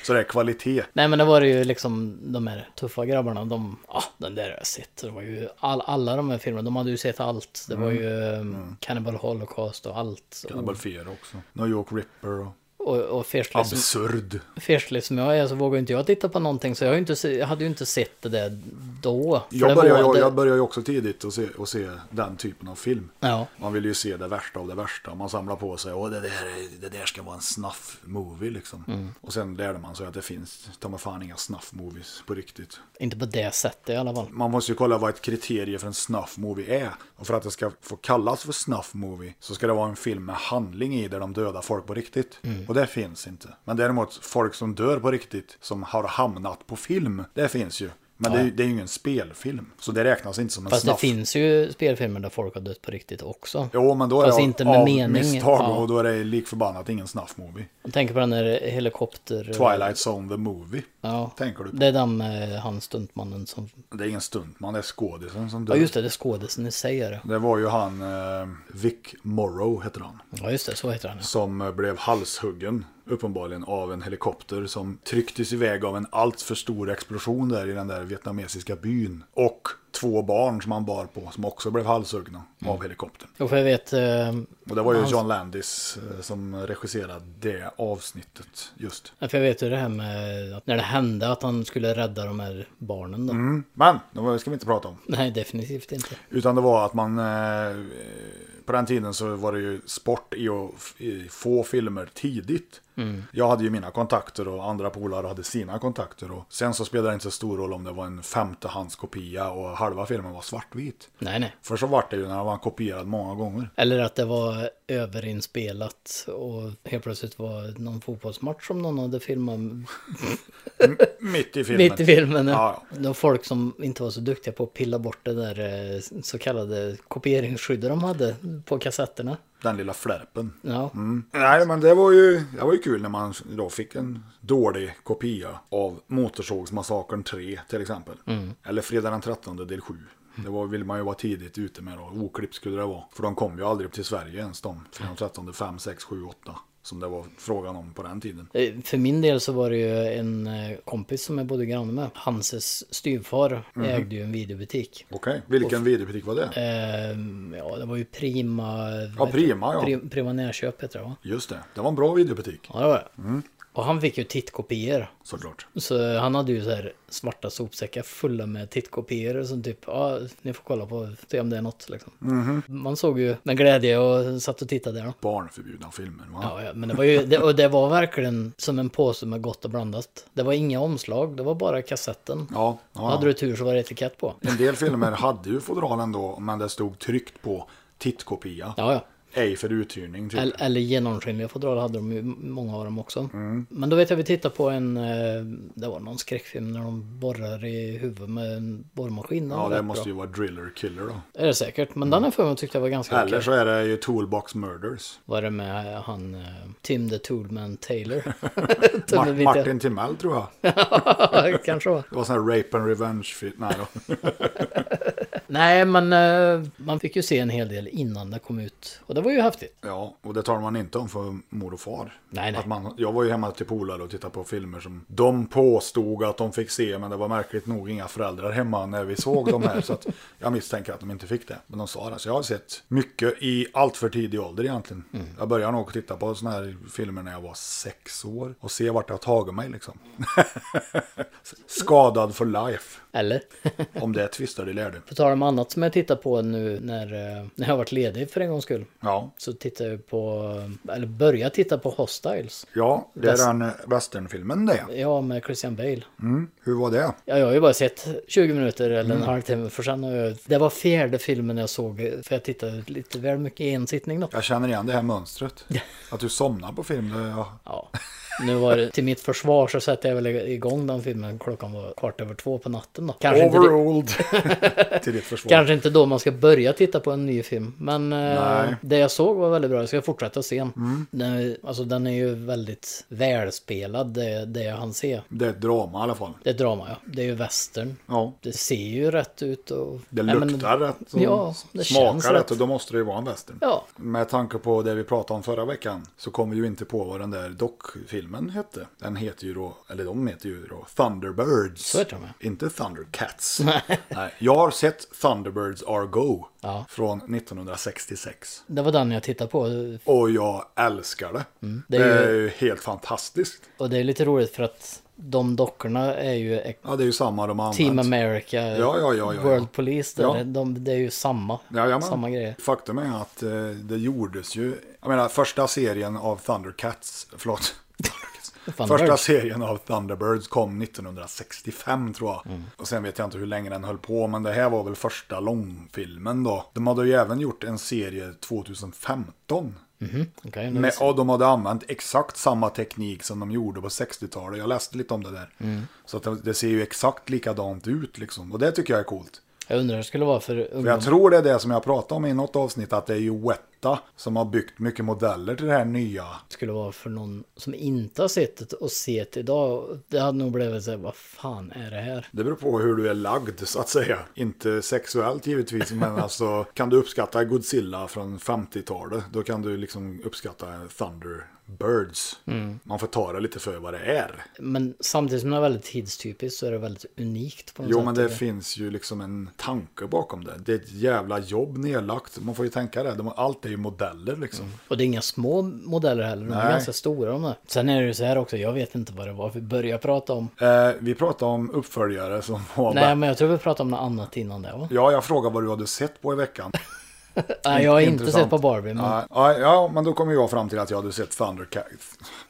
Så det är kvalitet. Nej men det var det ju liksom de här tuffa grabbarna, de, ah, den där har jag sett. Det var ju all, alla de här filmerna, de hade ju sett allt. Det Mm. var ju eh, Cannibal Holocaust och allt. Cannibal Fear också. New York Ripper och Och, och liksom, festlig, som, Absurd. festlig som jag är så liksom, alltså, vågar inte jag titta på någonting. Så jag, har ju inte, se- jag hade ju inte sett det där då. För det Jag började, var, jag, det- jag började ju också tidigt att se, att se den typen av film. Ja. Man vill ju se det värsta av det värsta. Man samlar på sig, åh det där, är- det där ska vara en snuff-movie liksom. Mm. Och sen lärde man sig att det finns, ta mig fan inga snuff-movies på riktigt. Inte på det sättet i alla fall. Man måste ju kolla vad ett kriterie för en snuff-movie är. Och för att det ska få kallas för snuff-movie så ska det vara en film med handling i där de dödar folk på riktigt. Mm. Och det finns inte. Men däremot folk som dör på riktigt, som har hamnat på film, det finns ju. Men det, är ju- det är ju ingen spelfilm, så det räknas inte som en Fast det snuff. finns ju spelfilmer där folk har dött på riktigt också. Jo, men då är Fast det av- inte med av mening. misstag Ja. och då är det lik förbannat ingen snuff-movie. Jag tänker på den där helikopter... Twilight Zone the Movie. Ja. Tänker du på. Det är den med han stuntmannen som... Det är ingen stuntman, det är skådisen som dör. Ja just det, det är skådisen i sig är det. Det var ju han, eh, Vic Morrow heter han. Ja just det, så heter han ja. Som eh, blev halshuggen, uppenbarligen, av en helikopter som trycktes iväg av en alltför stor explosion där i den där vietnamesiska byn. Och två barn som han bar på som också blev halshuggna Mm. av helikoptern. Jo, för jag vet, eh, Och det var ju John Landis eh, som regisserade det avsnittet just. för jag vet ju det här med att när det hände att han skulle rädda de här barnen då. Mm. Men, det ska vi inte prata om. Nej, definitivt inte. Utan det var att man... eh, På den tiden så var det ju sport i att f- i få filmer tidigt. Mm. Jag hade ju mina kontakter och andra polare hade sina kontakter. Och sen så spelade det inte så stor roll om det var en femtehandskopia och halva filmen var svartvit. Nej, nej. För så var det ju när den var kopierad många gånger. Eller att det var överinspelat och helt plötsligt var någon fotbollsmatch som någon hade filmat Mitt i filmen. mitt i filmen. Ja, Det var folk som inte var så duktiga på att pilla bort det där eh, så kallade kopieringsskyddet de hade på kassetterna. Den lilla flärpen. Ja, Mm. Nej, men det var, ju, det var ju kul när man då fick en dålig kopia av Motorsågsmassakern 3 till exempel. Mm. Eller Fredag den 13 del 7. Det var, vill man ju vara tidigt ute med då. Oklippt skulle det vara. För de kom ju aldrig till Sverige ens de. Fredag den 13, 5, 6, 7, 8. Som det var frågan om på den tiden. Eh, För min del så var det ju en eh, kompis som jag bodde granne med. Hanses styvfar Mm-hmm. ägde ju en videobutik. Okej, vilken videobutik var det? Eh, ja, det var ju Prima... Ja, Prima ja. Prima, Prima Närköp heter det va? Just det, det var en bra videobutik. Ja, det var det. Mm. Och han fick ju tittkopior. Såklart. Så han hade ju så här svarta sopsäckar fulla med tittkopior som typ, ja, ni får kolla på, se om det är något liksom. Mhm. Man såg ju med glädje och satt och tittade där då. Barnförbjudna filmer va? Ja, ja, men det var ju, det, och det var verkligen som en påse med gott och blandat. Det var inga omslag, det var bara kassetten. Ja, ja, ja. Hade du tur så var det etikett på. En del filmer hade ju fodral ändå, men det stod tryckt på tittkopia. Ja, ja. Ej för uthyrning typ. Eller, eller genomskinliga fodral hade de ju många av dem också. Mm. Men då vet jag vi tittade på en, eh, det var någon skräckfilm när de borrar i huvudet med en borrmaskin. Den ja, var det rätt måste bra. ju vara Driller Killer då. Är det säkert, men den här filmen tyckte jag var ganska okej. Eller så är det ju Toolbox Murders. Var det med han eh, Tim the <laughs> Toolman Taylor? Mar- Tummelvita. <laughs> Martin Timell tror jag. Kanske var. Det var sån här Rape and Revenge film. Nej då. Nej, men eh, man fick ju se en hel del innan det kom ut. Och det var ju häftigt. Ja, och det talar man inte om för mor och far. Äh, Nej, nej. Att man, jag var ju hemma till polare och tittade på filmer som de påstod att de fick se, men det var märkligt nog inga föräldrar hemma när vi såg de här. så att jag misstänker att de inte fick det. Men de sa det. Så jag har sett mycket i allt för tidig ålder egentligen. Mm. Jag började nog titta på såna här filmer när jag var sex år och se vart det har tagit mig liksom. <laughs> Skadad for life. Eller? <laughs> Om det tvistar det lär du. På tal om annat som jag tittar på nu när, eh, när jag har varit ledig för en gångs skull. Ja. Så tittar jag på, eller börjar titta på Hostiles. Ja, det är Väst- den eh, westernfilmen det. Ja, med Christian Bale. Mm. Hur var det? Ja, jag har ju bara sett 20 minuter eller en halvtimme för sen har jag... Det var fjärde filmen jag såg för jag tittade lite väl mycket i en sittning då. Jag känner igen det här mönstret. Att du somnar på film. Det, ja. Ja, nu var det till mitt försvar så satte jag väl igång den filmen klockan var kvart över två på natten då. Kanske inte, ri- Overruled. <laughs> Till ditt försvar. kanske inte då man ska börja titta på en ny film. Men eh, Nej. det jag såg var väldigt bra, jag ska fortsätta se den. den. Alltså den är ju väldigt välspelad det, det jag hann se. Det är ett drama i alla fall. Det är drama ja, det är ju western. Ja. Det ser ju rätt ut och... Det Nej, men- luktar rätt och ja, det känns smakar rätt. rätt och då måste det ju vara en western. Ja, Med tanke på det vi pratade om förra veckan så kommer vi ju inte på vad den där dockfilmen hette. Den heter ju då, eller de heter ju då Thunderbirds. Så heter de, ja. Inte Thundercats. Nej. Jag har sett Thunderbirds Are Go Ja. från 1966. det var den jag tittade på. Och jag älskar det. Mm. Det Det, är är ju- ju helt fantastiskt. Och det är lite roligt för att de dockorna är ju ex- Ja, det är ju samma de har använt. Team America, Ja, ja, ja, ja, World ja. Police, där, Ja. de, det är ju samma, Jajamän. samma grejer. Faktum är att eh, det gjordes ju, jag menar första serien av Thundercats, förlåt, Thundercats. <laughs> Thunderbirds. första serien av Thunderbirds kom 1965 tror jag. Mm. Och sen vet jag inte hur länge den höll på, men det här var väl första långfilmen då. De hade ju även gjort en serie 2015. Mhm, Okej, nu Med, och de hade använt exakt samma teknik som de gjorde på 60-talet. Jag läste lite om det där. Mm. Så att det, det ser ju exakt likadant ut liksom. Och det tycker jag är coolt. jag undrar hur det skulle vara för För ungdom. jag tror det är det som jag pratade om i något avsnitt, att det är ju Weta som har byggt mycket modeller till det här nya. skulle vara för någon som inte har sett det och sett det idag. Det hade nog blivit så här, vad fan är det här? Det beror på hur du är lagd så att säga. Inte sexuellt <laughs> givetvis, men alltså kan du uppskatta Godzilla från 50-talet, då kan du liksom uppskatta Thunderbirds. Man får ta det lite för vad det är. Men samtidigt som det är väldigt tidstypiskt så är det väldigt unikt på något Jo, sätt. men det finns ju liksom en tanke bakom det. Det är ett jävla jobb nedlagt. Man får ju tänka det. De- Allt är ju modeller liksom. Och det är inga små modeller heller, de är Nej. ganska stora de där. Sen är det ju så här också, jag vet inte vad det var vi började prata om. Eh, vi pratade om uppföljare som var... Nej, men jag tror vi pratade om något annat innan det va? Ja, jag frågade vad du hade sett på i veckan. Nej, jag har inte Intressant. sett på Barbie, men Ja, ja, ja, men då kommer jag fram till att jag hade sett Thunderca-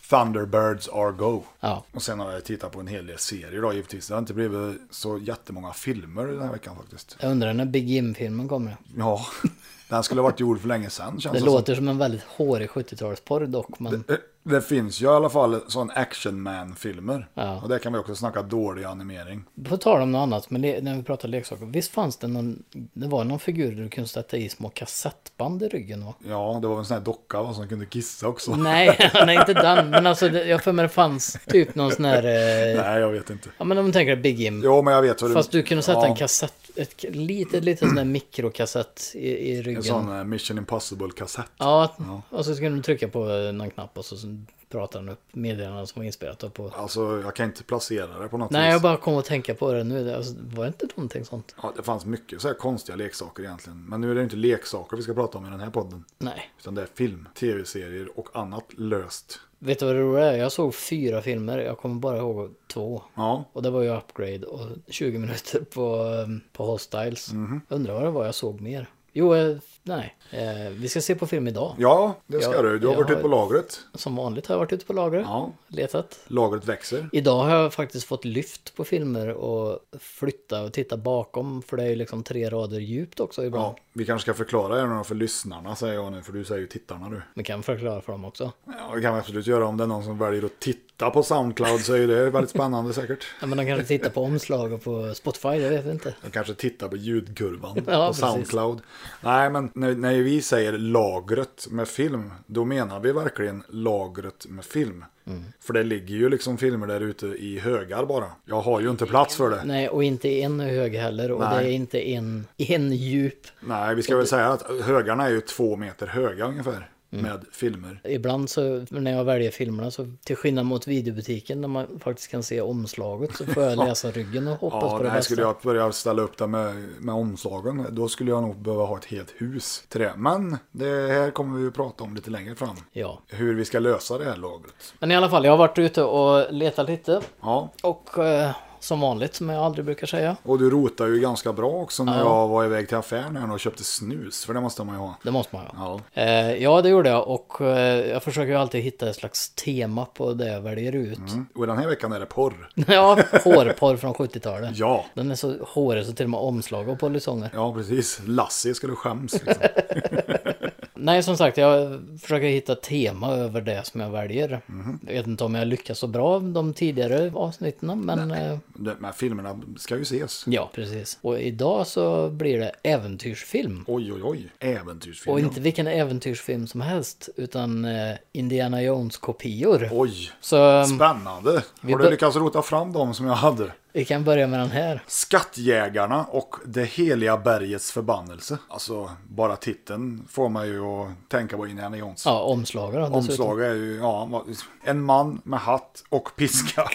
Thunderbirds Are Go. ja. Och sen har jag tittat på en hel del serier då givetvis. Det har inte blivit så jättemånga filmer den här veckan faktiskt. Jag undrar när Big Jim-filmen kommer. Ja, <laughs> den skulle ha varit gjord för länge sedan känns Det det som. låter som en väldigt hårig 70-talsporr dock, men Eh, Det finns ju i alla fall sån action man-filmer. Ja. Och där kan vi också snacka dålig animering. på tal om något annat, men le- när vi pratar leksaker, visst fanns det någon, det var någon figur där du kunde sätta i små kassettband i <laughs> ryggen va? Ja, det var en sån här docka va, som kunde kissa också. Mm. Nej, <laughs> nej inte den, men alltså det- jag har för mig det fanns typ någon sån här, eh, Nej, jag vet inte. ja men om du tänker dig Big Jim, Jo, men jag vet hur fast du kunde sätta Ja, en kassett, ett litet, litet sån där mikrokassett i, i En ryggen. sån eh, Mission Impossible-kassett. Ja, och så skulle du trycka på eh, någon knapp och så så pratade den upp meddelandet som var inspelat då på Alltså, jag kan inte placera det på något Nej, vis. jag bara kom att tänka på det nu. Det- Alltså, var det inte någonting sånt? Ja, det fanns mycket så här konstiga leksaker egentligen. Men nu är det inte leksaker vi ska prata om i den här podden. Nej. Utan det är film, tv-serier och annat löst. Vet du vad det roliga är? Jag såg fyra filmer. Jag kommer bara ihåg två. Ja, Och det var ju Upgrade och ehm, Mhm. 20 minuter på, eh, på Hostiles. Undrar vad det var jag såg mer. Jo, eh, Nej, eh, vi ska se på film idag. Ja, det ska Ja, du. Du har jag varit ute har- på lagret. Som vanligt har jag varit ute på lagret, Ja, letat. lagret växer. Idag har jag faktiskt fått lyft på filmer och flytta och titta bakom för det är ju liksom tre rader djupt också ibland. Ja, vi kanske ska förklara även för lyssnarna säger jag nu, för du säger ju tittarna du. Vi kan förklara för dem också. Ja, det kan vi absolut göra om det är någon som väljer att titta på Soundcloud så är ju det väldigt spännande säkert. Ja, men de kanske tittar på omslag och på Spotify, jag vet inte. De kanske tittar på ljudkurvan <laughs> Ja, på precis. Soundcloud. Nej, men när, när vi säger lagret med film, då menar vi verkligen lagret med film. Mm. För det ligger ju liksom filmer där ute i högar bara. Jag har ju inte plats för det. Nej, och inte en hög heller och Nej. det är inte en, en djup. Nej, vi ska väl säga att högarna är ju två meter höga ungefär Mm. med filmer. Ibland så när jag väljer filmerna så till skillnad mot videobutiken där man faktiskt kan se omslaget så får jag läsa ryggen och hoppas Ja, på det nej, skulle bästa. jag börja ställa upp det med, med omslagen, då skulle jag nog behöva ha ett helt hus till det. Men det här kommer vi att prata om lite längre fram. Ja, Hur vi ska lösa det här lagret. men i alla fall jag har varit ute och letat lite Ja, och eh, som vanligt som jag aldrig brukar säga. och du rotar ju ganska bra också när jag var iväg till affären här och köpte snus, för det måste man ju ha. Det måste man ha. Ja, Eh, ja, det gjorde jag och eh, jag försöker ju alltid hitta ett slags tema på det jag väljer ut. mm. och den här veckan är det porr. <laughs> ja, hårporr från 70-talet. Ja, Den är så hårig så till och med omslag och polisonger. ja precis. Lassie skulle skäms. <laughs> Liksom. Nej, som sagt, jag försöker hitta tema över det som jag väljer. Mm-hmm. Jag vet inte om jag lyckas så bra de tidigare avsnitten, men eh, De här filmerna ska ju ses. ja, precis. Och idag så blir det äventyrsfilm. Oj, oj, oj. Äventyrsfilm. Och ja. inte vilken äventyrsfilm som helst, utan eh, Indiana Jones-kopior. Oj, Så eh, spännande. vi Har du bör- lyckats rota fram dem som jag hade? vi kan börja med den här. Skattjägarna och det heliga bergets förbannelse. Alltså, bara titeln får man ju att tänka på Indiana Jones. Ja, omslagen då, dessutom. Omslaget är ju, ja, vad- en man med hatt och <laughs> piska.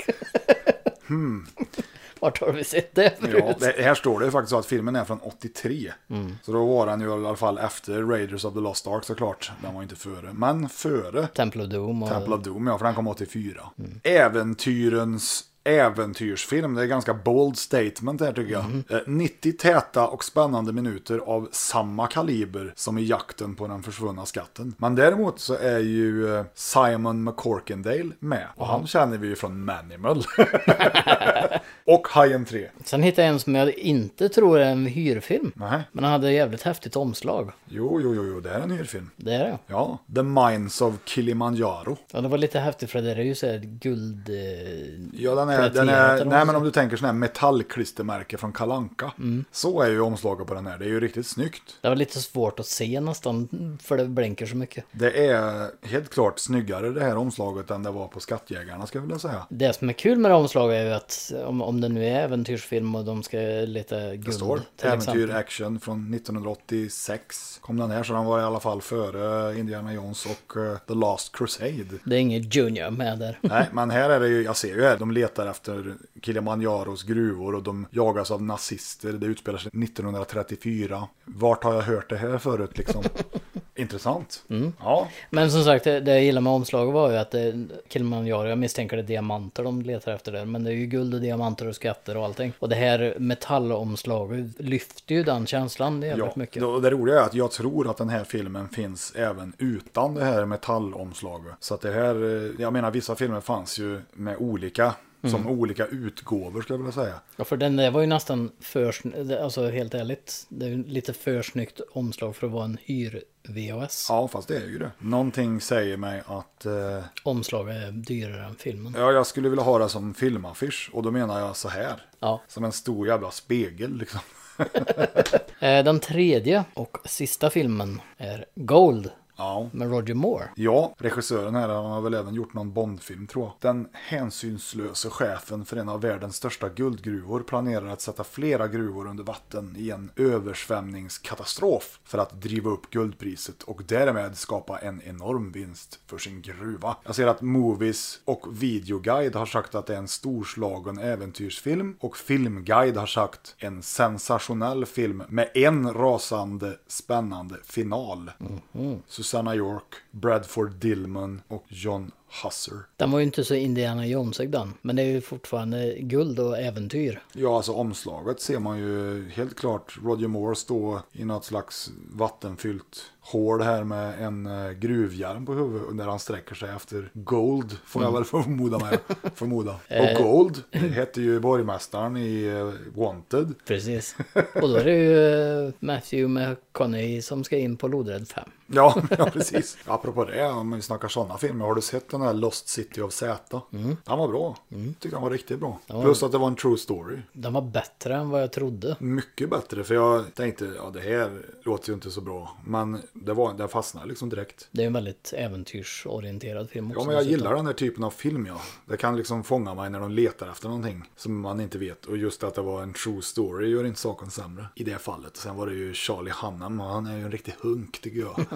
Vart har vi sett det förut? Ja, det, här står det ju faktiskt så att filmen är från 83. Så då var den ju i alla fall efter Raiders of the Lost Ark såklart. Den var inte före, men före Temple of Doom och... Temple of Doom, ja, för den kom 84. Äventyrens äventyrsfilm, det är ganska bold statement här tycker jag. Eh, 90 täta och spännande minuter av samma kaliber som i jakten på den försvunna skatten. Men däremot så är ju eh, Simon McCorkendale med, och han känner vi ju från Manimal. <laughs> och Hajen 3. Sen hittade jag en som jag inte tror är en hyrfilm. Nej. Men han hade jävligt häftigt omslag. Jo, jo, jo, jo, det är en hyrfilm. Det är det. Ja, The Mines of Kilimanjaro. Ja, det var lite häftigt för det där är ju så här guld... eh, Ja, den är, Platina den är, heter de nej också. men om du tänker sån här metallklistermärke från Kalanka. Mm. Så är ju omslaget på den här, det är ju riktigt snyggt. Det var lite svårt att se nästan för det blänker så mycket. Det är helt klart snyggare det här omslaget än det var på Skattjägarna ska jag vilja säga. Det som är kul med det omslaget är ju att om, om det nu är äventyrsfilm och de ska leta Det guld står till Äventyr exempel. Action från 1986 kom den här så den var i alla fall före Indiana Jones och eh, The Last Crusade. Det är ingen Junior med där. Nej, men här är det ju, jag ser ju här, de letar efter Kilimanjaros gruvor och de jagas av nazister. Det utspelar sig 1934. Vart har jag hört det här förut liksom? Intressant. Ja, Men som sagt, det, det jag gillade med omslaget var ju att det, Kilimanjaro, jag misstänker det är diamanter de letar efter där. Men det är ju guld och diamanter och skatter och allting. Och det här metallomslaget lyfter ju den känslan jävligt ja. mycket. Då- Det roliga är att jag tror att den här filmen finns även utan det här metallomslaget. Så att det här, eh, jag menar vissa filmer fanns ju med olika, som olika utgåvor skulle jag vilja säga. Ja, för den där var ju nästan för, sn- det- alltså helt ärligt, det är ju lite för snyggt omslag för att vara en hyr-VHS. Ja, fast det är ju det. Någonting säger mig att eh, Omslaget är dyrare än filmen. Ja, jag skulle vilja ha det som filmaffisch och då menar jag så här. Ja. Som en stor jävla spegel liksom. Eh, Den tredje och sista filmen är Gold Ja. med Roger Moore. Ja, regissören här han har väl även gjort någon Bondfilm tror jag. Den hänsynslöse chefen för en av världens största guldgruvor planerar att sätta flera gruvor under vatten i en översvämningskatastrof för att driva upp guldpriset och därmed skapa en enorm vinst för sin gruva. Jag ser att Movies och Videoguide har sagt att det är en storslagen äventyrsfilm och Filmguide har sagt en sensationell film med en rasande spännande final. Susanna York, Bradford Dillman och John Husser. Den var ju inte så Indiana Jonesig den. Men det är ju fortfarande guld och äventyr. Ja, alltså omslaget ser man ju helt klart Roger Moore stå i något slags vattenfyllt hål här med en eh, gruvhjälm på huvudet när han sträcker sig efter Gold, får jag väl <laughs> förmoda mig. <laughs> förmoda. Eh. Och Gold hette ju borgmästaren i eh, Wanted. Precis. <laughs> Och då är det ju eh, Matthew McConaughey som ska in på Lodrädd 5. Ja, <laughs> ja precis. Apropå det, om vi snackar sådana filmer, har du sett den här Lost City of Z? Mm. Den var bra. Tyckte den var riktigt bra. Plus att det var en true story. Den var bättre än vad jag trodde. Mycket bättre, för jag tänkte, ja det här låter ju inte så bra. Men det var, den fastnade liksom direkt. Det är en väldigt äventyrsorienterad film också. Ja, men jag dessutom. gillar den här typen av film, ja. Det kan liksom fånga mig när de letar efter någonting som man inte vet. Och just att det var en true story gör inte saken sämre i det fallet. Sen var det ju Charlie Hunnam, och han är ju en riktig hunk tycker jag.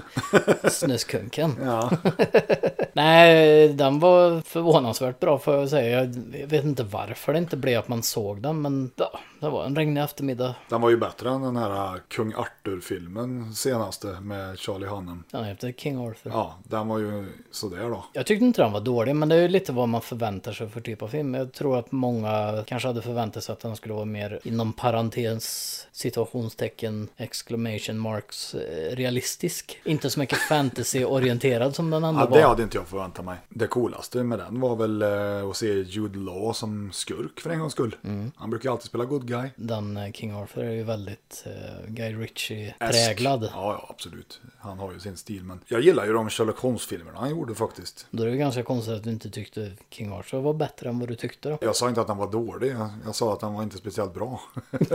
Snuskunken. Ja, <laughs> Nej, den var förvånansvärt bra får jag säga. Jag vet inte varför det inte blev att man såg den, men ja, det var en regnig eftermiddag. den var ju bättre än den här äh, Kung Arthur-filmen senaste med Charlie Hunnam. Den heter King Arthur. Ja, den var ju sådär då. Jag tyckte inte den var dålig, men det är ju lite vad man förväntar sig för typ av film. Jag tror att många kanske hade förväntat sig att den skulle vara mer inom parentes, situationstecken, exclamation marks, eh, realistisk. Inte så mycket fantasy-orienterad som den ändå Ja, var. det hade inte jag förväntat mig. Det coolaste med den var väl eh, att se Jude Law som skurk för en gångs skull. Han brukar ju alltid spela good guy. Den eh, King Arthur är ju väldigt eh, Guy Esk. Ritchie-präglad. Ja, ja, absolut. Han har ju sin stil. Men jag gillar ju de Sherlock Holmes-filmerna han gjorde faktiskt. Då är det ju ganska konstigt att du inte tyckte King Arthur var bättre än vad du tyckte då. <laughs> Jag sa inte att han var dålig, jag, jag sa att han var inte speciellt bra. <laughs>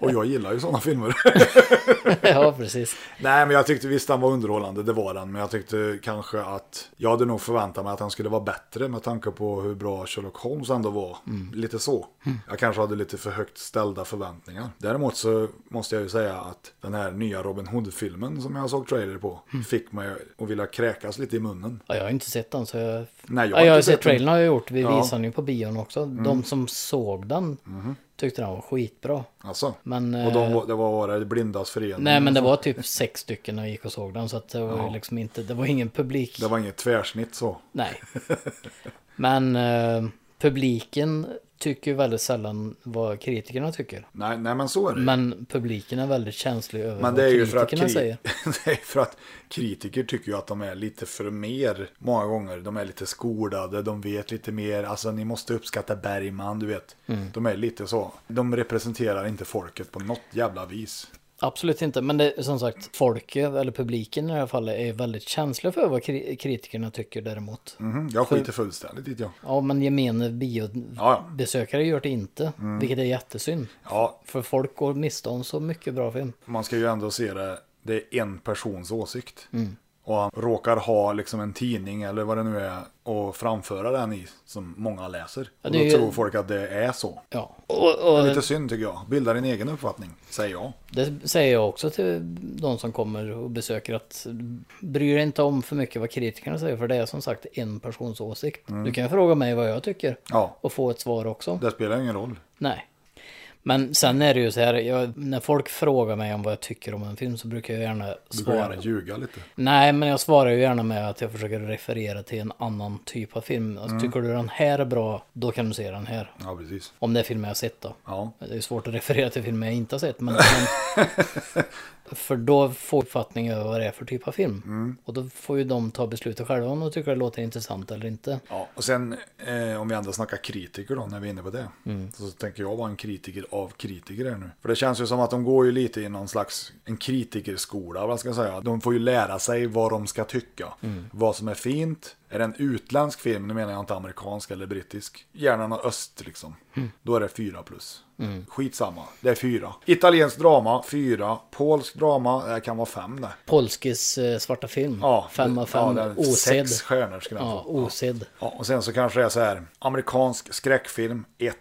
Och jag gillar ju sådana filmer. ja, precis. Nej, men jag tyckte visst han var underhållande, det var den. Men jag tyckte kanske att jag hade nog förväntat mig att han skulle vara bättre med tanke på hur bra Sherlock Holmes ändå var. Mm. Lite så. Jag kanske hade lite för högt ställda förväntningar. Däremot så måste jag ju säga att den här nya Robin Hood-filmen som jag såg trailer på Mm. fick mig att vilja kräkas lite i munnen. Ja, jag har inte sett den så jag... Nej, jag, ja, jag har sett trailern har jag gjort. Vi Ja. Mm. visade den ju på bion också. De som såg den tyckte den var skitbra. Alltså. Men... Och de, eh, var- det var bara det blindas förening. Nej men det var typ sex stycken och gick och såg den så att det var ju liksom inte, det var ingen publik. Det var inget tvärsnitt så. <laughs> Nej. Men eh, publiken tycker ju väldigt sällan vad kritikerna tycker. Nej, nej men så är det. Men publiken är väldigt känslig över Men vad det är ju för att, kritikerna kri- säger. <laughs> det är för att kritiker tycker ju att de är lite för mer många gånger. De är lite skolade, de vet lite mer. Alltså ni måste uppskatta Bergman, du vet. Mm. De är lite så. De representerar inte folket på något jävla vis. Absolut inte, men det, är som sagt, folket, eller publiken i det här fallet, är ju väldigt känsliga för vad kri- kritikerna tycker däremot. Mhm, jag skiter fullständigt i det. Ja, men gemene ja. biobesökare gör det inte, vilket är jättesynd. Mm. Ja, För folk går miste om så mycket bra film. man ska ju ändå se det, det är en persons åsikt. Mm. Och han råkar ha liksom en tidning eller vad det nu är och framföra den i som många läser. Ja, Och det då är ju- tror folk att det är så. Ja, och, och Lite synd tycker jag. Bilda din egen uppfattning, säger jag. det säger jag också till de som kommer och besöker att bry dig inte om för mycket vad kritikerna säger, för det är som sagt en persons åsikt. Mm. Du kan ju fråga mig vad jag tycker Ja, och få ett svar också. det spelar ingen roll. Nej. Men sen är det ju så här, jag, när folk frågar mig om vad jag tycker om en film så brukar jag gärna Du får svara. gärna ljuga lite. Nej, men jag svarar ju gärna med att jag försöker referera till en annan typ av film. Mm. Alltså, Tycker du den här är bra, då kan du se den här. Ja, precis. Om det är filmer jag har sett då. Ja, Det är ju svårt att referera till filmer jag inte har sett. Men, men, <laughs> för då får jag uppfattning över vad det är för typ av film. Mm. Och då får ju de ta beslutet själva om de tycker det låter intressant eller inte. ja. och sen eh, om vi ändå snackar kritiker då, när vi är inne på det. Så tänker jag vara en kritiker av kritiker här nu. För det känns ju som att de går ju lite i någon slags en kritikerskola, vad ska jag säga. De får ju lära sig vad de ska tycka. Vad som är fint. Är det en utländsk film, nu menar jag inte amerikansk eller brittisk. Gärna någon öst liksom. Då är det fyra plus. Skitsamma, det är fyra. Italiensk drama, fyra. Polsk drama, det kan vara fem det. Polskis eh, svarta film. Ja, fem av fem. det är osedd. Sex stjärnor skulle jag Ja, få. osedd. Ja, och sen så kanske det är så här, amerikansk skräckfilm 1,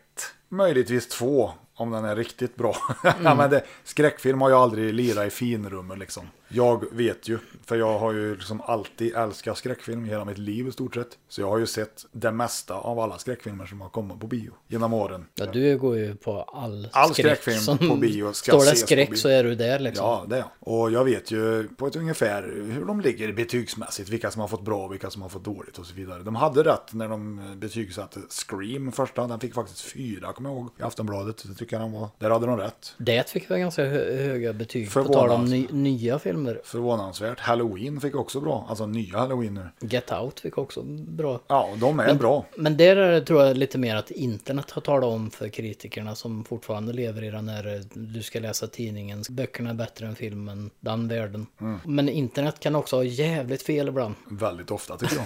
möjligtvis <laughs> Mm. 2 om den är riktigt bra. ja, men det, skräckfilm har ju aldrig lirat i finrummet liksom. Jag vet ju, för jag har ju liksom alltid älskat skräckfilm hela mitt liv i stort sett. Så jag har ju sett det mesta av alla skräckfilmer som har kommit på bio genom åren. Ja, du går ju på all, All skräckfilm på bio ska Står det ses på bio. skräck så är du där liksom. Ja, det är jag. Och jag vet ju på ett ungefär hur de ligger betygsmässigt, vilka som har fått bra, vilka som har fått dåligt och så vidare. De hade rätt när de eh, betygsatte Scream första, den fick faktiskt fyra, kommer jag ihåg, i Aftonbladet. Det tycker jag den var. Där hade de rätt. Det fick väl ganska hö- höga betyg på Förvånad. tal om ny, nya filmer. Förvånansvärt. Halloween fick också bra, alltså nya Halloween nu. Get Out fick också bra. Ja, och de är bra. Men där är det, tror jag lite mer att internet har talat om för kritikerna som fortfarande lever i den här eh, du ska läsa tidningen, böckerna är bättre än filmen, den världen. Mm. Men internet kan också ha jävligt fel ibland. Väldigt ofta tycker jag.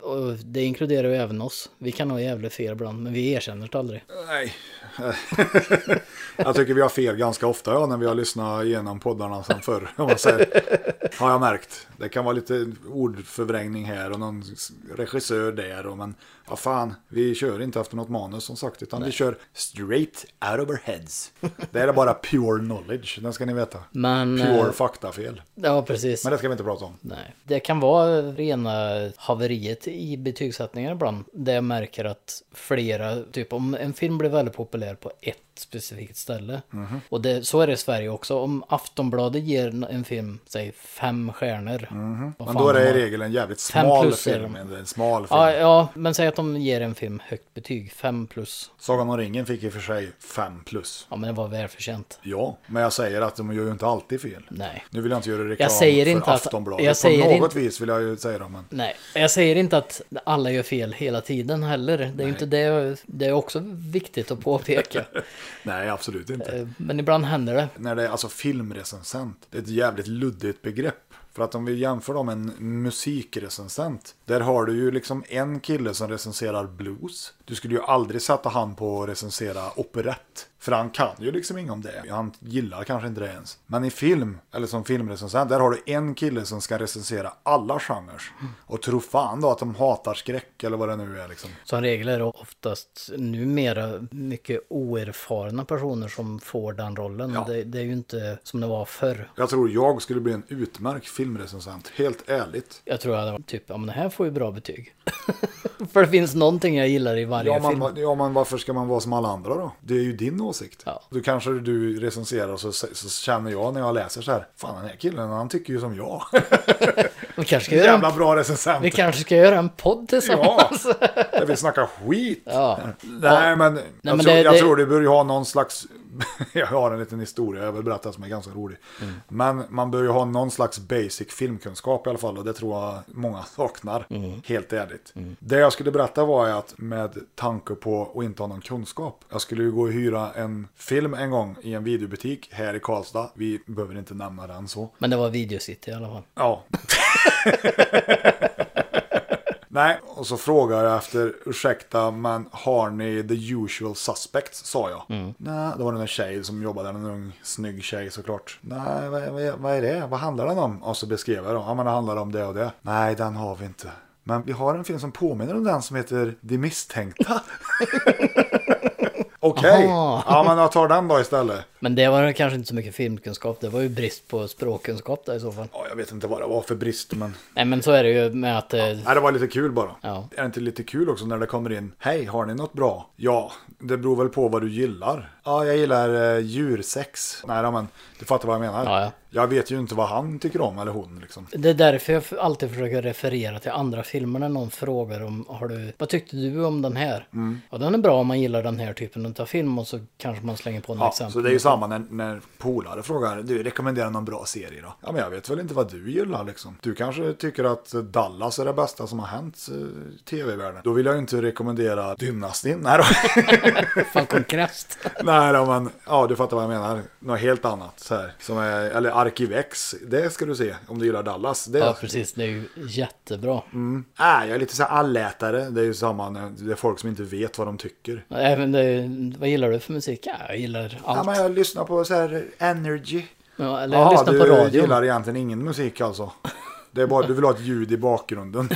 Och det inkluderar ju även oss. Vi kan ha jävligt fel ibland, men vi erkänner det aldrig. Nej. <laughs> jag tycker vi har fel ganska ofta ja, när vi har lyssnat igenom poddarna som förr. Om man säger. Har jag märkt. Det kan vara lite ordförvrängning här och någon regissör där. Och men vad fan, vi kör inte efter något manus som sagt. Utan vi kör straight out of our heads. Det här är bara pure knowledge, den ska ni veta. Men... eh, Pure faktafel. Ja, precis. Men det ska vi inte prata om. Nej. Det kan vara rena haveriet i betygssättningar ibland. Där jag märker att flera, typ om en film blir väldigt populär på ett specifikt ställe. Mhm. Och det, så är det i Sverige också. Om Aftonbladet ger en film, säg fem stjärnor. vad Mhm. Men fan då är det i de har. regel en jävligt Fem smal plus är film. de. En smal film. Ja, ja, men säg att de ger en film högt betyg, fem plus. Sagan om ringen fick i och för sig fem plus. Ja, men det var välförtjänt. Ja, men jag säger att de gör ju inte alltid fel. Nej. Nu vill jag inte göra reklam Jag säger för inte att- Aftonbladet. jag säger På inte- något vis vill jag ju säga det, men Nej, jag säger inte att alla gör fel hela tiden heller. Det är ju inte det. Det är också viktigt <laughs> att påpeka. nej, absolut inte. Eh, Men ibland händer det. När det är alltså filmrecensent, det är ett jävligt luddigt begrepp. För att om vi jämför dem med en musikrecensent, där har du ju liksom en kille som recenserar blues. Du skulle ju aldrig sätta han på att recensera operett. För han kan ju liksom inget om det. Han gillar kanske inte det ens. Men i film, eller som filmrecensent, där har du en kille som ska recensera alla genrer. Och tro fan då att de hatar skräck eller vad det nu är liksom. Som regel är det oftast numera mycket oerfarna personer som får den rollen. Ja. Det, det är ju inte som det var förr. Jag tror jag skulle bli en utmärkt filmrecensent, helt ärligt. Jag tror jag hade varit typ, ja men det här får ju bra betyg. <laughs> För det finns någonting jag gillar i varje Ja film. men, ja men varför ska man vara som alla andra då? Det är ju din åsikt. Ja. Då kanske du recenserar och så, så känner jag när jag läser så här. Fan den här killen han tycker ju som jag. <laughs> Vi kanske ska göra en, Jävla bra vi recensent. kanske ska göra en podd Ja, tillsammans. jag vill snacka skit. Ja. Nej men, jag, men tror, det- jag det- tror du bör ju ha någon slags, <laughs> jag har en liten historia jag vill berätta som är ganska rolig. Mm. Men man bör ju ha någon slags basic filmkunskap i alla fall och det tror jag många <laughs> saknar, Mm. helt ärligt. Det jag skulle berätta var ju att med tanke på att inte ha någon kunskap, jag skulle ju gå och hyra en film en gång i en videobutik här i Karlstad, vi behöver inte nämna den så. Men det var Video City i alla fall. Ja. Nej, och så frågar jag efter, ursäkta, men har ni the usual suspects, sa jag. Nej, då var det en tjej som jobbade, där, en ung snygg tjej såklart. Nej, vad, vad, vad är det? Vad handlar den om? Och så beskrev jag då, ja men det handlar om det och det. Nej, den har vi inte. Men vi har en film som påminner om den som heter De misstänkta. Okej, Aha. ja men jag tar den då istället. Men det var kanske inte så mycket filmkunskap. Det var ju brist på språkkunskap där i så fall. Ja, jag vet inte vad det var för brist, men Nej men så är det ju med att... eh, Nej, det var lite kul bara. Ja. Är det inte lite kul också när det kommer in? Hej, har ni något bra? Ja, det beror väl på vad du gillar. Ja, jag gillar eh, djursex. Nej då, men du fattar vad jag menar. Ja, ja. Jag vet ju inte vad han tycker om, eller hon liksom. Det är därför jag f- alltid försöker referera till andra filmer när någon frågar om har du, vad tyckte du om den här? Mm. Ja, den är bra om man gillar den här typen av film och så kanske man slänger på några Ja, exempel. så det är ju samma när, när polare frågar, du rekommenderar någon bra serie då? Ja, men jag vet väl inte vad du gillar liksom. Du kanske tycker att Dallas är det bästa som har hänt eh, tv-världen. Då vill jag ju inte rekommendera Dymnastin. Nej då. <laughs> Fan, konkret. Nej då, men ja, du fattar vad jag menar. Något helt annat så här. Som är, eller Arkivex, det ska du se om du gillar Dallas. Det, Ja, precis. Det är ju jättebra. Äh, jag är lite så här allätare. Det är ju samma, när det är folk som inte vet vad de tycker. Även det, vad gillar du för musik? Ja, jag gillar Ja, allt. men jag lyssnar på så här Energy. Ja, eller jag Ja, lyssnar du på radio. gillar egentligen ingen musik alltså. Det är bara, du vill ha ett ljud i <laughs> bakgrunden.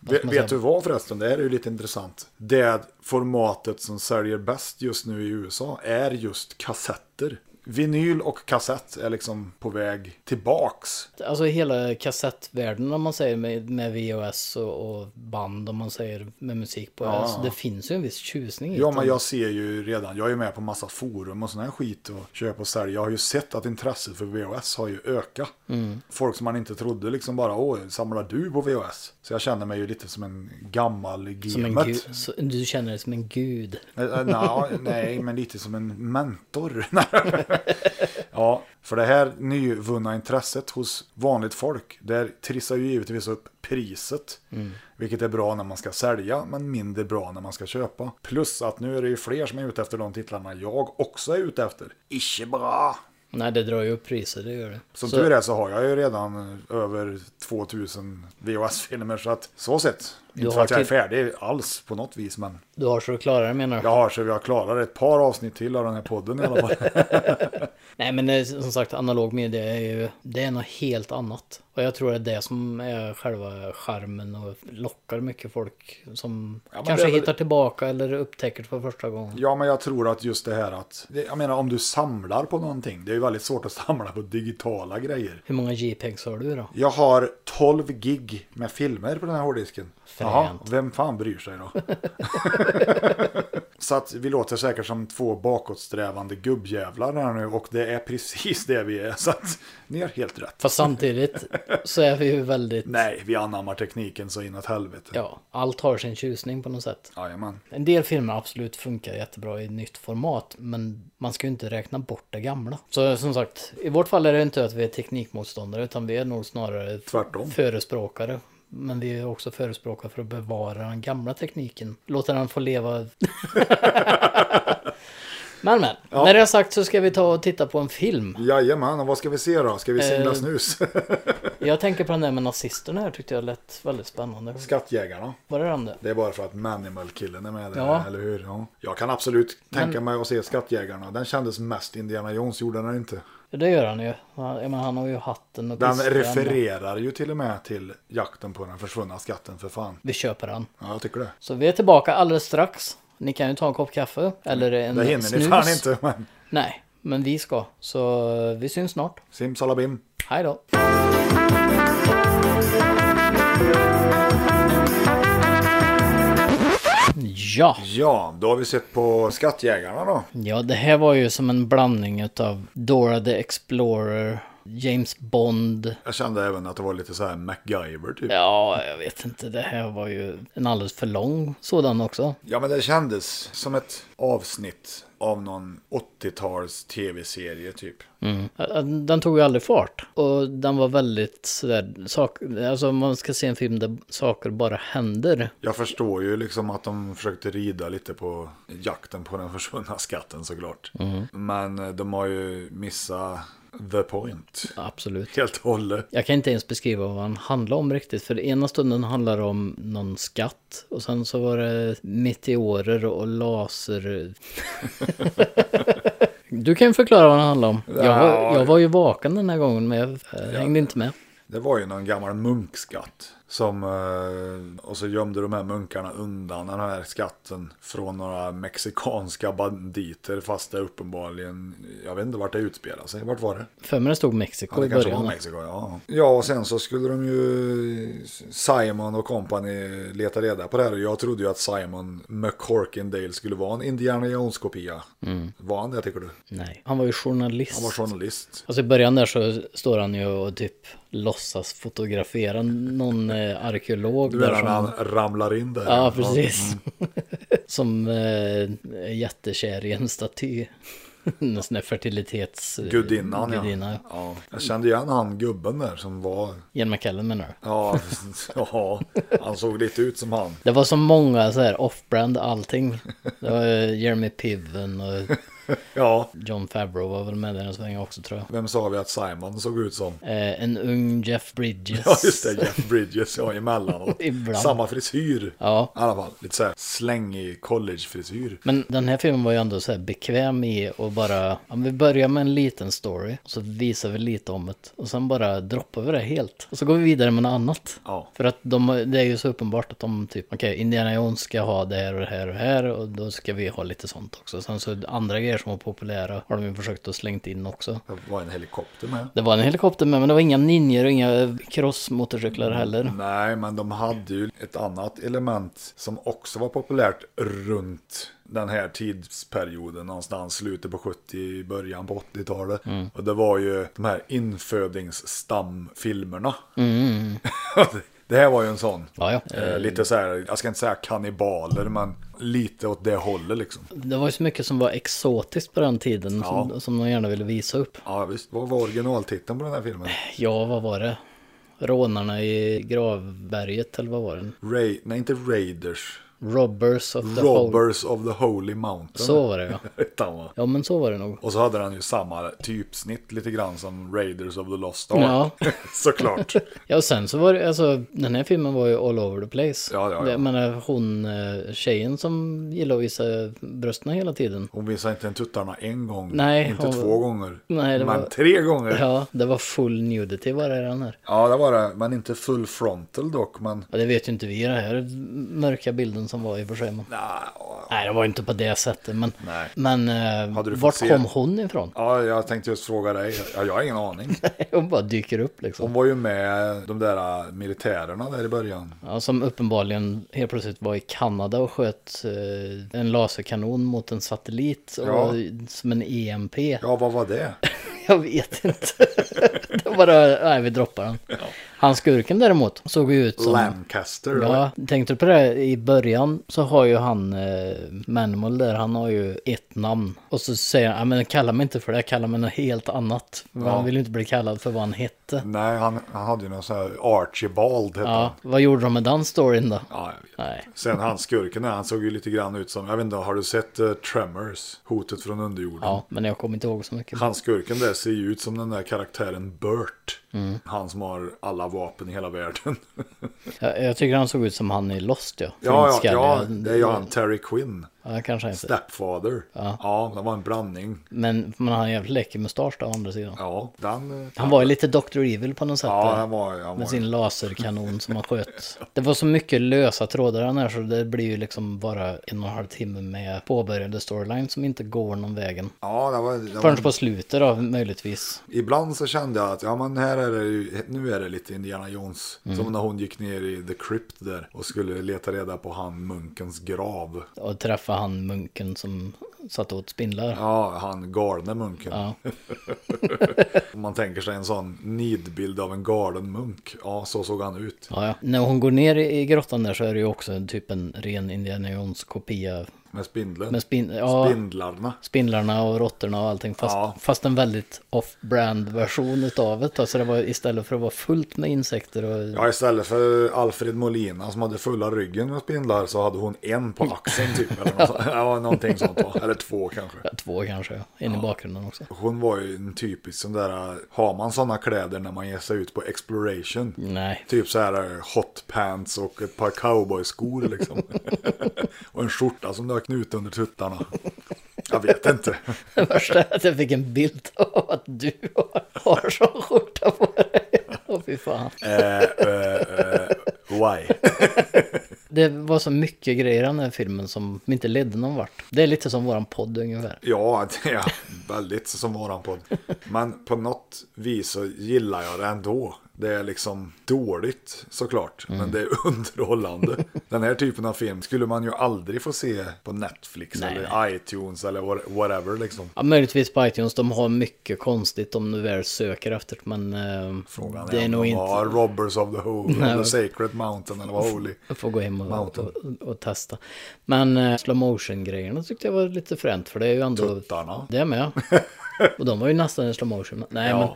vet, vet du vad förresten, det här är ju lite intressant. Det formatet som säljer bäst just nu i USA är just kassetter. Vinyl och kassett är liksom på väg tillbaks. Alltså hela kassettvärlden om man säger med, med VHS och, och band om man säger med musik på. Alltså, det finns ju en viss tjusning i Ja, det. men jag ser ju redan, jag är med på massa forum och sån här skit och köp och sälj. Jag har ju sett att intresset för VHS har ju ökat. Mm. Folk som man inte trodde liksom bara, åh, samlar du på VHS? Så jag känner mig ju lite som en gammal Som en gemet. gud, så, du känner dig som en gud. Eh, eh, nja, nej, men lite som en mentor. <laughs> ja, för det här nyvunna intresset hos vanligt folk, där trissar ju givetvis upp priset. Mm. Vilket är bra när man ska sälja, men mindre bra när man ska köpa. Plus att nu är det ju fler som är ute efter de titlarna jag också är ute efter. Icke bra! Nej, det drar ju upp priser, det gör det. Som Så- tur är så har jag ju redan över 2000 VHS-filmer, så att så sett. Inte för har att jag är till- färdig alls på något vis, men Du har så du klarar det menar du? jag har så jag klarar ett par avsnitt till av den här podden i alla fall. <laughs> Nej men det, är som sagt analog media är ju, det är något helt annat. Och jag tror det är det som är själva charmen och lockar mycket folk som men kanske det är väl- hittar tillbaka eller upptäcker det för första gången. Ja, men jag tror att just det här att, det- jag menar om du samlar på någonting, det är ju väldigt svårt att <laughs> samla på digitala grejer. Hur många JPEGs har du då? Jag har 12 gig med filmer på den här hårddisken. Fränt. Jaha, vem fan bryr sig <laughs> då? Så att vi låter säkert som två bakåtsträvande gubbjävlar här nu och det är precis det vi är. Så att ni har helt rätt. <laughs> Fast samtidigt så är vi ju väldigt, Nej, vi anammar tekniken så inåt helvete. ja, allt har sin tjusning på något sätt. Jajamän. En del filmer absolut funkar jättebra i nytt format, men man ska ju inte räkna bort det gamla. Så som sagt, i vårt fall är det inte att vi är teknikmotståndare, utan vi är nog snarare Tvärtom. förespråkare. Men vi är också förespråkare för att bevara den gamla tekniken. Låta den få leva. men men, när det är sagt så ska vi ta och titta på en film. Jajamän, och vad ska vi se då? Ska vi singla Eh. snus? Jag tänker på den där med nazisterna här tyckte jag lät väldigt spännande. Skattjägarna. Var det den där? Det är bara för att Manimal-killen är med där, Ja. eller hur? Ja. Jag kan absolut tänka mig att se Skattjägarna. Den kändes mest Indiana Jones, gjorde den inte. Det gör han ju. Han, jag menar, han har ju hatten och Den piskan. refererar ju till och med till jakten på den försvunna skatten, för fan. Vi köper den. Ja, jag tycker det. Så vi är tillbaka alldeles strax. Ni kan ju ta en kopp kaffe eller en Det hinner snus. ni fan inte, <laughs> men Nej, men vi ska. Så vi syns snart. simsalabim. Hej då. Ja. Ja, då har vi sett på Skattjägarna då. ja, det här var ju som en blandning av Dora the Explorer, James Bond. Jag kände även att det var lite så här MacGyver typ. Ja, Ja, jag vet inte. Det här var ju en alldeles för lång sådan också. men det kändes som ett avsnitt av någon 80-tals tv-serie typ. Mm. Den tog ju aldrig fart. Och den var väldigt sådär, sak, alltså om man ska se en film där saker bara händer. Jag förstår ju liksom att de försökte rida lite på jakten på den försvunna skatten såklart. Men eh, de har ju missat the point. Absolut. Helt och hållet. Jag kan inte ens beskriva vad han handlar om riktigt. För ena stunden handlar det om någon skatt. Och sen så var det meteorer <laughs> och laser. du kan ju förklara vad han handlar om. Jag, var- jag var ju vaken den här gången men jag eh, hängde inte med. Det var ju någon gammal munkskatt. Som, eh, och så gömde de här munkarna undan den här skatten från några mexikanska banditer. Fast det uppenbarligen, jag vet inte vart det utspelar sig. Vart var det? För mig det stod Mexiko Ja, det i kanske var början. Mexiko, ja. Ja, och sen så skulle de ju Simon och company leta reda på det här. Och Jag trodde ju att Simon McCorkindale skulle vara en Indiana Jones-kopia. Mm. Var han det, tycker du? Nej, han var ju journalist. Han var journalist. Alltså i början där så står han ju och typ låtsas fotografera någon eh, arkeolog. Du där menar som- när han ramlar in där? Ja, precis. mm. <laughs> som eh, är jättekär i en staty. <laughs> en sån där fertilitets... Gudinnan, ja. gudinna, ja. ja. Jag kände igen han gubben där som var... Ian McKellen menar du? Ja, <laughs> ja, han såg lite ut som han. Det var så många så här off-brand allting. Det var eh, Jeremy Piven och Ja, John Favreau var väl med där en sväng också tror jag. vem sa vi att Simon såg ut som? Eh, en ung Jeff Bridges. Ja, just det. Jeff Bridges, ja, emellanåt. <laughs> Ibland. Samma frisyr. Ja. I alla fall, lite så här slängig collegefrisyr. Men den här filmen var ju ändå så här bekväm i att bara, om vi börjar med en liten story, så visar vi lite om det och sen bara droppar vi det helt. Och så går vi vidare med något annat. Ja. För att de, det är ju så uppenbart att de typ, okej, Indiana Jones ska ha det här och det här och det här och då ska vi ha lite sånt också. Sen så andra grejer mer som var populära har de ju försökt att slängt in också. Det var en helikopter med. Det var en helikopter med, men det var inga ninjor och inga crossmotorcyklar heller. Nej, men de hade ju ett annat element som också var populärt runt den här tidsperioden, någonstans slutet på 70, början på 80-talet. Och det var ju de här infödingsstamfilmerna. <laughs> det här var ju en sån. Ja, ja. Eh, lite så här, jag ska inte säga kannibaler, men lite åt det hållet liksom. Det var ju så mycket som var exotiskt på den tiden som, som de gärna ville visa upp. Ja, visst. Vad var originaltiteln på den här filmen? Ja, vad var det? Rånarna i Gravberget, eller vad var den? Ray, nej, inte Raiders. Robbers of the Hole. Robbers of the Holy Mountain. Så var det <laughs> ja. Hette han, va? Ja, men så var det nog. Och så hade han ju samma typsnitt lite grann som Raiders of the Lost Ark. Ja. <laughs> Såklart. Ja, och sen så var det, alltså, den här filmen var ju all over the place. Ja, ja, ja. Jag menar, hon, eh, tjejen som gillar att visa brösten hela tiden. Hon visade inte en tuttarna en gång. Nej, inte hon- två gånger. Nej, det men var- tre gånger. Ja. Ja, det var full nudity var det i den här. det var det. Men inte full frontal dock. Men Ja, det vet ju inte vi i den här mörka bilden som var i och för sig. Men... Nja, Nej, det var ju inte på det sättet, men, Nej. men eh, Hade du fått vart se- kom hon ifrån? <laughs> ja, jag tänkte just fråga dig. Ja, jag har ingen aning. Hon bara dyker upp liksom. Hon var ju med de där äh, militärerna där i början. Ja, som uppenbarligen helt plötsligt var i Kanada och sköt eh, en laserkanon mot en satellit och, Ja. som en EMP. Ja, vad var det? <laughs> Jag vet inte. <laughs> det bara, nej vi droppar den. Han skurken däremot såg ju ut som... Lancaster. Ja, tänkte du på det? I början så har ju han, eh, Manimal där, han har ju ett namn. Och så säger han, "Ja, men kalla mig inte för det, kalla mig något helt annat. För Han vill ju inte bli kallad för vad han hette. Nej, han, han hade ju någon sån här Archibald hette han. Ja, vad gjorde de med den storyn då? Ja, jag vet. Nej. Sen han skurken där, han såg ju lite grann ut som, jag vet inte, har du sett eh, Tremors? Hotet från underjorden? Ja, men jag kommer inte ihåg så mycket. Han skurken där ser ju ut som den där karaktären Burt. Han som har alla vapen i hela <laughs> världen. Jag, jag tycker han såg ut som han i Lost ja. ja, ja, Flintskallig. ja, det är ju han Terry Quinn. Ja, kanske inte. Stepfather. Ja. det var en blandning. Men, men han har en jävligt läcker mustasch då, å andra sidan. Ja, den... eh, Han var ju lite Dr. Evil på något sätt. Ja, där. han var... Han Med var sin laserkanon som han sköt. Det var så mycket lösa trådar han här så det blir ju liksom bara en och en halv timme med påbörjade storyline som inte går någon vägen. ja, det var... Det var Förrän på slutet då möjligtvis. Ibland så kände jag att ja, men här är det ju, nu är det lite Indiana Jones. Som när hon gick ner i The Crypt där och skulle leta reda på han munkens grav. Och träffa han munken som satt åt spindlar. Ja, han galne munken. <laughs> Om man tänker sig en sån nidbild av en galen munk. Ja, så såg han ut. Ja, ja. När hon går ner i i grottan där så är det ju också en typ en ren Indiana Jones kopia. Med spindeln. Med spin ja, Spindlarna. spindlarna och råttorna och allting. Fast, Ja. fast en väldigt off-brand version utav det. då. Så det var istället för att vara fullt med insekter och Ja, istället för Alfred Molina som hade fulla ryggen med spindlar så hade hon en på axeln typ. Eller något sånt. ja, någonting sånt. va. Eller två kanske. Två kanske, ja. in i bakgrunden också. Hon var ju en typisk sån där, har man sådana kläder när man ger sig ut på exploration? Nej, <laughs> Typ så här hot pants och ett par cowboyskor liksom. och en skjorta som du har knut under tuttarna. Jag vet inte. det värsta är att jag fick en bild av att du har, har sån skjorta på dig. Åh fy fan. Eh, eh, eh, why? Det var så mycket grejer i den här filmen som inte ledde någon vart. Det är lite som våran podd ungefär. Ja, det är väldigt som våran podd. Men på något vis så gillar jag det ändå. Det är liksom dåligt såklart, men det är underhållande. Den här typen av film skulle man ju aldrig få se på Netflix Nej, eller iTunes eller what- whatever liksom. Ja, möjligtvis på iTunes, de har mycket konstigt om du väl söker efter men eh, Frågan det är om nog de inte... har Robbers of the Holy, <laughs> Nej. eller Sacred Mountain eller vad Holy. Jag får gå hem och, och, Mountain. och, testa. Men eh, slow motion grejerna tyckte jag var lite fränt för det är ju ändå... Tuttarna. <laughs> Det med. Och de var ju nästan i slow motion. Nej, Ja. men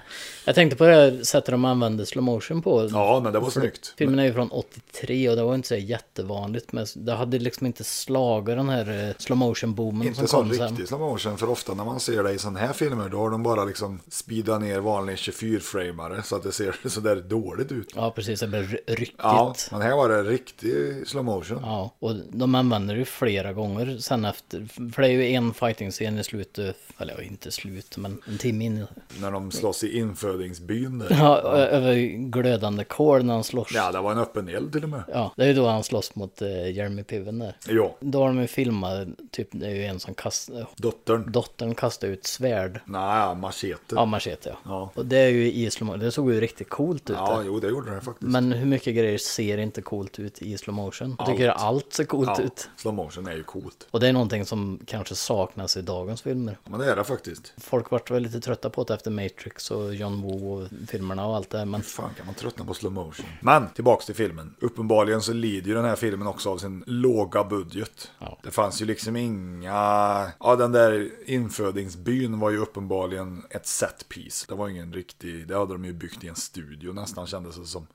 jag tänkte på det här sättet de använde slow motion på. Ja, men det var snyggt. Filmen är ju från 83 och det var inte så jättevanligt. Men det hade liksom inte slagit den här eh, slow motion boomen som Inte sån kom sen. riktig slow motion, för ofta när man ser det i sådana här filmer då har de bara liksom speedat ner vanlig 24-framare så att det ser <laughs> sådär dåligt ut. Ja, precis. Det blev ry- ryckigt. Ja, Ja. men här var det riktig slow motion. och de använder det ju flera gånger sen efter. För det är ju en fighting-scen i slutet, eller ja, inte slut, slut, men en timme in. När de slåss i infödingsbyn där. Ja, ö- över glödande kol när han slåss. Ja. Ja, det var en öppen eld till och med. det är ju då han slåss mot eh, Jeremy Piven där. Ja, Då har de ju filmat, typ, det är ju en som kastar, dottern. dottern kastar ut svärd. Nej, machete. Ja, Ja, machete ja. Ja. Och det är ju i slow motion. det såg ju riktigt coolt ut. där. jo, det gjorde den faktiskt. Men hur mycket grejer ser inte coolt ut i slow motion? Jag tycker Allt. allt ser coolt ja, ut. slow motion är ju coolt. Och det är någonting som kanske saknas i dagens filmer. Men det är det faktiskt. Folk vart väl lite trötta på det efter Matrix och John Woo och filmerna och allt det här. Men Hur fan kan man tröttna på slow motion? Men tillbaks till filmen. Uppenbarligen så lider ju den här filmen också av sin låga budget. Ja. Det fanns ju liksom inga... Ja, den där infödingsbyn var ju uppenbarligen ett set piece. Det var ingen riktig... Det hade de ju byggt i en studio nästan kändes det som.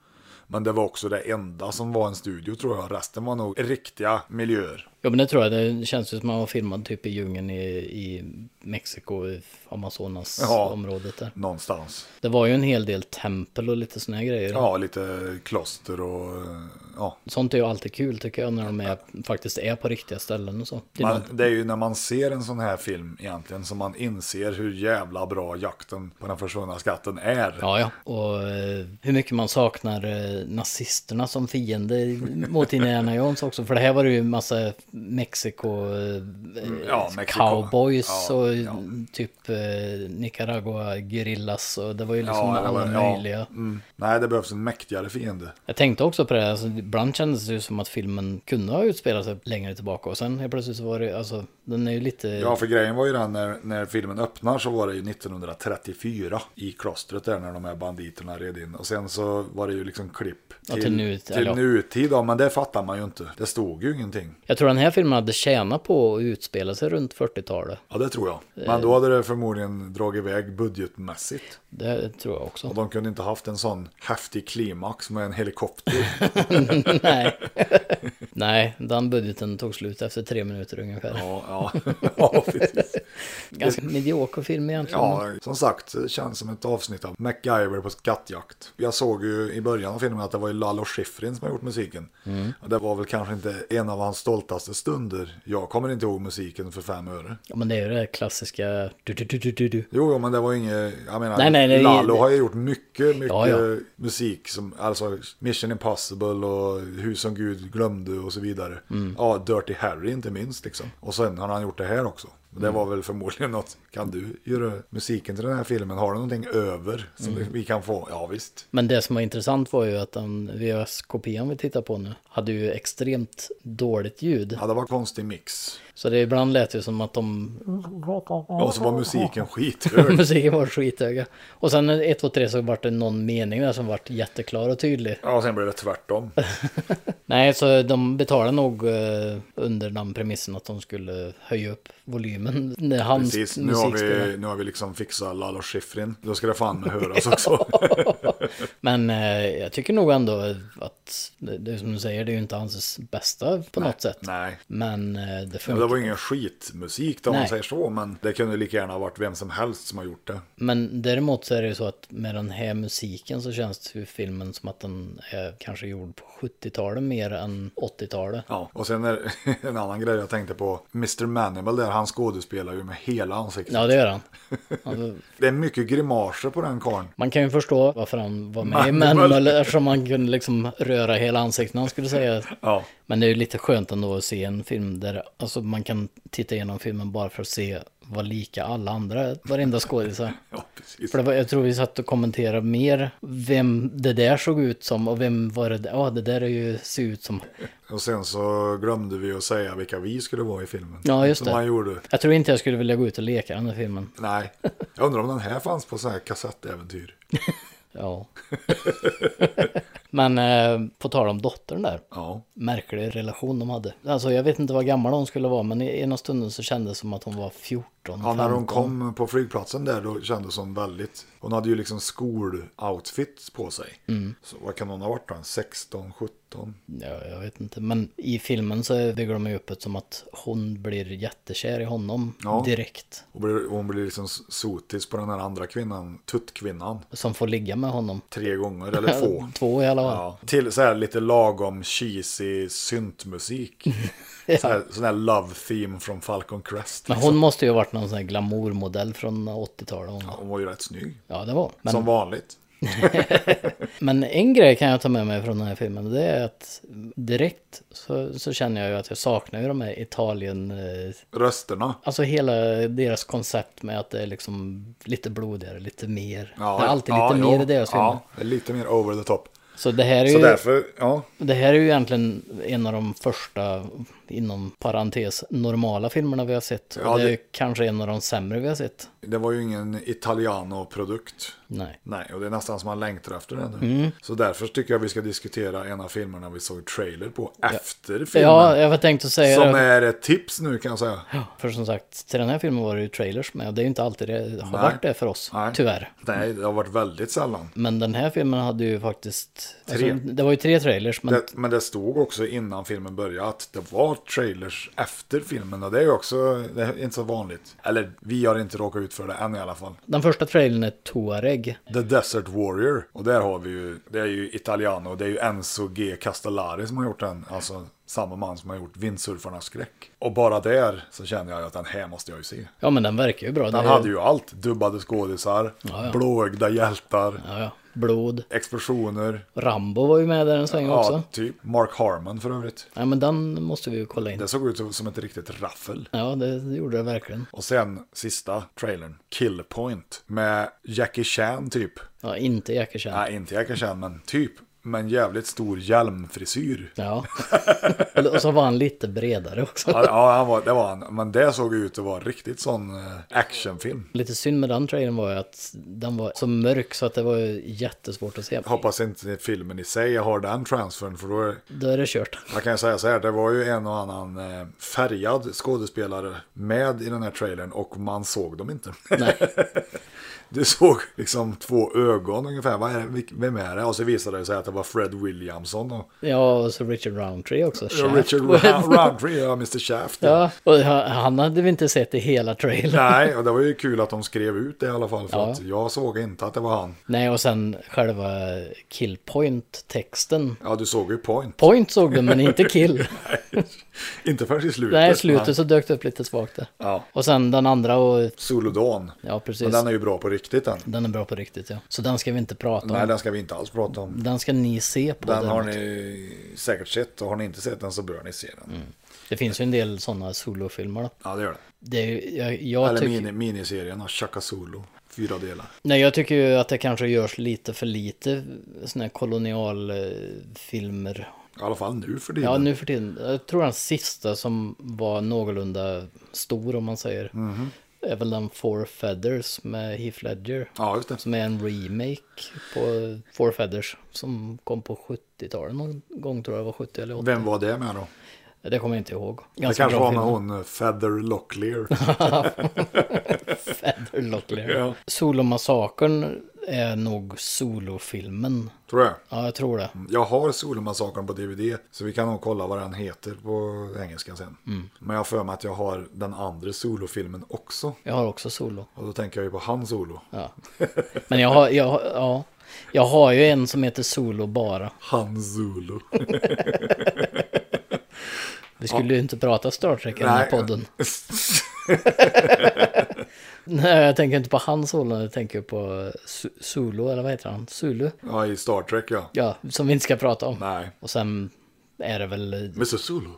Men det var också det enda som var en studio tror jag. Resten var nog riktiga miljöer. Ja men det tror jag, det känns ju som man var filmad typ i djungeln i, i Mexiko, i Amazonas Ja. området där. Någonstans. Det var ju en hel del tempel och lite såna här grejer. Ja, lite kloster och... Ja. Sånt är ju alltid kul tycker jag när de är, faktiskt är på riktiga ställen och så. Det är Man, något- det är ju när man ser en sån här film egentligen som man inser hur jävla bra jakten på den försvunna skatten är. Ja, ja. Och eh, hur mycket man saknar eh, nazisterna som fiende mot Indiana Jones också. För det här var det ju en massa Mexiko, eh, Mm, ja, Mexiko. cowboys Ja, och ja. typ eh, Nicaragua gerillas och det var ju liksom Ja, det alla var- ja. möjliga. Mm. Nej, det behövs en mäktigare fiende. Jag tänkte också på det, här, alltså, ibland kändes det ju som att filmen kunde ha utspelat sig längre tillbaka och sen helt plötsligt så var det, alltså den är ju lite... Ja, för grejen var ju den när, när filmen öppnar så var det ju 1934 i klostret där när de här banditerna red in. Och sen så var det ju liksom klipp Ja, till nut- till eller ja. nutid. Ja, men det fattar man ju inte. Det stod ju ingenting. Jag tror den här filmen hade tjänat på att utspela sig runt 40-talet. Ja, det tror jag. Eh. Men då hade det förmodligen dragit iväg budgetmässigt. Det tror jag Och också. <laughs> de kunde inte haft en sån häftig klimax med en helikopter. Nej. <laughs> Nej, den budgeten tog slut efter tre minuter ungefär. ja, ja. <laughs> ja, precis. Ganska medioker film egentligen. Ja, som sagt, det känns som ett avsnitt av MacGyver på skattjakt. Jag såg ju i början av filmen att det var ju Lalo Schifrin som har gjort musiken. Och Det var väl kanske inte en av hans stoltaste stunder. Jag kommer inte ihåg musiken för fem öre. Ja, men det är ju det här klassiska... Du, du, du, du, du, du. Jo, jo, men det var inget, jag menar, Nej, nej, nej. Lalo har ju gjort mycket, mycket Ja, ja. musik som, alltså Mission Impossible och Hus som Gud glömde och så vidare. Mm. Ja, Dirty Harry inte minst liksom. Och sen har han gjort det här också. Och Mm. Det var väl förmodligen något, kan du göra musiken till den här filmen? Har du någonting över som Mm. vi kan få? Ja, visst. Men det som var intressant var ju att den VHS-kopian vi tittar på nu hade ju extremt dåligt ljud. Ja, det var konstig mix. Så det ibland lät ju som att de... Och så var musiken skithög. Musiken var skithöga. Och sen 1, 2, 3 så vart det någon mening där som vart jätteklar och tydlig. Ja, och sen blev det tvärtom. Nej, så de betalade nog eh, under den premissen att de skulle höja upp volymen när <laughs> hans Precis, nu har musik spelade. vi, nu har vi liksom fixat Lalo Schifrin. Då ska det fan <laughs> höras också. Men eh, jag tycker nog ändå att det, det är som du säger, det är ju inte hans bästa på något sätt. Nej. Men eh, det Ja, funkar. det var ingen skitmusik då, om man Nej. säger så, men det kunde lika gärna ha varit vem som helst som har gjort det. Men däremot så är det ju så att med den här musiken så känns ju filmen som att den är kanske gjord på 70-talet mer än 80-talet. Ja. Och sen är <laughs> en annan grej jag tänkte på, Mr. Manimal där, han skådespelar ju med hela ansiktet. Ja, det gör <laughs> han. Alltså, Det är mycket grimaser på den karln. man kan ju förstå varför han var med i Manuel. Manuel eftersom han kunde liksom röra hela ansiktet när han skulle säga. Ja. Men det är ju lite skönt ändå att se en film där alltså, man kan titta igenom filmen bara för att se vad lika alla andra, varenda skådis är. <laughs> Ja, precis. För det var, jag tror vi satt och kommenterade mer vem det där såg ut som och vem var det där, ja det där är ju, ser ut som. Och sen så glömde vi att säga vilka vi skulle vara i filmen. Ja, just som det. han gjorde. Jag tror inte jag skulle vilja gå ut och leka den här filmen. Nej, jag undrar om den här fanns på så här kassettäventyr. Ja. Men eh, på tal om dottern där, Ja, märklig relation de hade. Alltså jag vet inte vad gammal hon skulle vara men i ena stunden så kändes det som att hon var 14, ja när hon 15. kom på flygplatsen där då kändes hon väldigt... Hon hade ju liksom skoloutfits på sig. Mm. Så vad kan hon ha varit då? 16, 17? Ja, jag vet inte. Men i filmen så bygger de ju upp det som att hon blir jättekär i honom Ja. direkt. Och blir, hon blir liksom sotis på den här andra kvinnan, tuttkvinnan, Som får ligga med honom. <laughs> tre gånger eller få. Två i alla Ja. Ja. Till så här lite lagom cheesy <laughs> syntmusik. så här, sån här love theme från Falcon Crest. Men Liksom. hon måste ju ha varit någon sån här glamourmodell från 80-talet. hon. Hon var ju rätt snygg. Ja, det var men, Som vanligt. men en grej kan jag ta med mig från den här filmen. och Det är att direkt så, så känner jag ju att jag saknar ju de här Italien... eh, Rösterna. Alltså hela deras koncept med att det är liksom lite blodigare, lite mer. Ja, det är alltid ja, lite jo. mer i deras filmer. Ja, det är lite mer over the top. Så det här är Så ju... därför, ja. Det här är ju egentligen en av de första, inom parentes, normala filmerna vi har sett. Ja, och det är det- ju kanske en av de sämre vi har sett. Det var ju ingen Italiano-produkt. Nej. Nej, och det är nästan som man längtar efter den nu. Mm. Så därför tycker jag vi ska diskutera en av filmerna vi såg trailer på efter filmen. Ja, jag var tänkt att säga som det. är ett tips nu kan jag säga. För som sagt, till den här filmen var det ju trailers med. och Det är ju inte alltid det har Nej. varit det för oss, Nej. tyvärr. Nej, det har varit väldigt sällan. Men den här filmen hade ju faktiskt... Tre. Alltså, det var ju tre trailers, men... Det, men det stod också innan filmen började att det var trailers efter filmen och det är ju också det är inte så vanligt. Eller vi har inte råkat ut för det än i alla fall. Den första trailern är Tuareg. The Desert Warrior och där har vi ju, det är ju Italiano, det är ju Enzo G. Castellari som har gjort den, alltså samma man som har gjort Vindsurfarnas skräck. Och bara där så känner jag att den här måste jag ju se. Ja, men den verkar ju bra. Den Det är- hade ju allt, dubbade skådisar, ja. blåögda hjältar, Ja, ja. Blod. explosioner, Rambo var ju med där en sväng också. ja typ Mark Harmon för övrigt. Ja, men den måste vi ju kolla in. Det såg ut som ett riktigt raffel. Ja, det det gjorde det verkligen. Och sen sista trailern, Kill Point, med Jackie Chan typ. Ja, inte Jackie Chan. Nej, inte Jackie Chan, men typ. Med en jävligt stor hjälmfrisyr. <laughs> Ja. Och så var han lite bredare också. Ja, Ja, han var, det var han. Men det såg ju ut att vara riktigt sån eh, actionfilm. Lite synd med den trailern var ju att den var så mörk så att det var ju jättesvårt att se. Jag hoppas inte filmen i sig har den transfern, för då är, Då är det kört. jag kan säga så här, det var ju en och annan eh, färgad skådespelare med i den här trailern och man såg dem inte. Nej. <laughs> Du såg liksom två ögon ungefär, Vad är det, Vilk- vem är det? Och så visade det sig att det var Fred Williamson och Ja, och så Richard Roundtree också. Ja, Shaft. <laughs> Richard Ra- Roundtree, ja, Mr Shaft. Ja, och han- han hade vi inte sett i hela trailern. Nej, och det var ju kul att de skrev ut det i alla fall, för Ja. att jag såg inte att det var han. Nej, och sen själva killpoint-texten. Ja, du såg ju point. Point såg du, men inte <laughs> kill. Inte förrän i slutet. Nej, i slutet Nej. så dök det upp lite svagt där. Ja. Och sen den andra och... Solodon. Ja, Men precis. den är ju bra på riktigt den. Den är bra på riktigt, ja. Så den ska vi inte prata Nej, om. den ska vi inte alls prata om. Den ska ni se på. Den har däremot. ni säkert sett och har ni inte sett den så bör ni se den. Det finns ju en del sådana solofilmer. då. Ja, det gör det. Det är, ju- jag, jag, Eller tycker, mini, miniserien av Chaka Solo. Fyra delar. nej, jag tycker ju att det kanske görs lite för lite sådana här kolonialfilmer. I alla fall nu för tiden. Ja, nu för tiden. Jag tror den sista som var någorlunda stor om man säger. Mhm. Är väl den Four Feathers med Heath Ledger. Ja, just det. Som är en remake på Four Feathers. Som kom på 70-talet någon gång tror jag det var 70 eller 80. Vem var det med då? Det kommer jag inte ihåg. Det Ganska kanske var bra med film. hon, eh, Feather <laughs> Locklear. Feather <laughs> Locklear. Ja. Solomassakern är nog solofilmen. Tror jag. Ja, jag tror det. Jag har Solomassakern på DVD, så vi kan nog kolla vad den heter på engelska sen. Men jag har för mig att jag har den andra solofilmen också. Jag har också solo. Och då tänker jag ju på hans solo. Ja. Men jag har, jag, har- ja. jag har ju en som heter solo bara. Hans solo. Vi skulle ju inte prata Star Trek i den Nej. här <laughs> podden. <laughs> Nej, jag tänker inte på hans solo, jag tänker på Su- solo, eller vad heter han? Sulu? ja, i Star Trek ja. Ja, som vi inte ska prata om. Nej. Och sen är det väl, Mr Solo.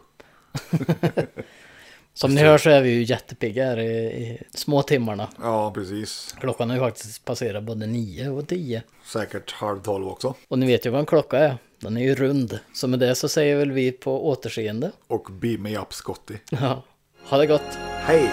som ni hör så är vi ju jättepigga här i, i små timmarna. Ja, precis. Klockan har ju faktiskt passerat både nio och tio. Säkert halv tolv också. Och ni vet ju vad en klocka är. Den är ju rund. Så med det så säger väl vi på återseende. Och Beam Me Up Scotty. Ja. Ha det gott! Hej!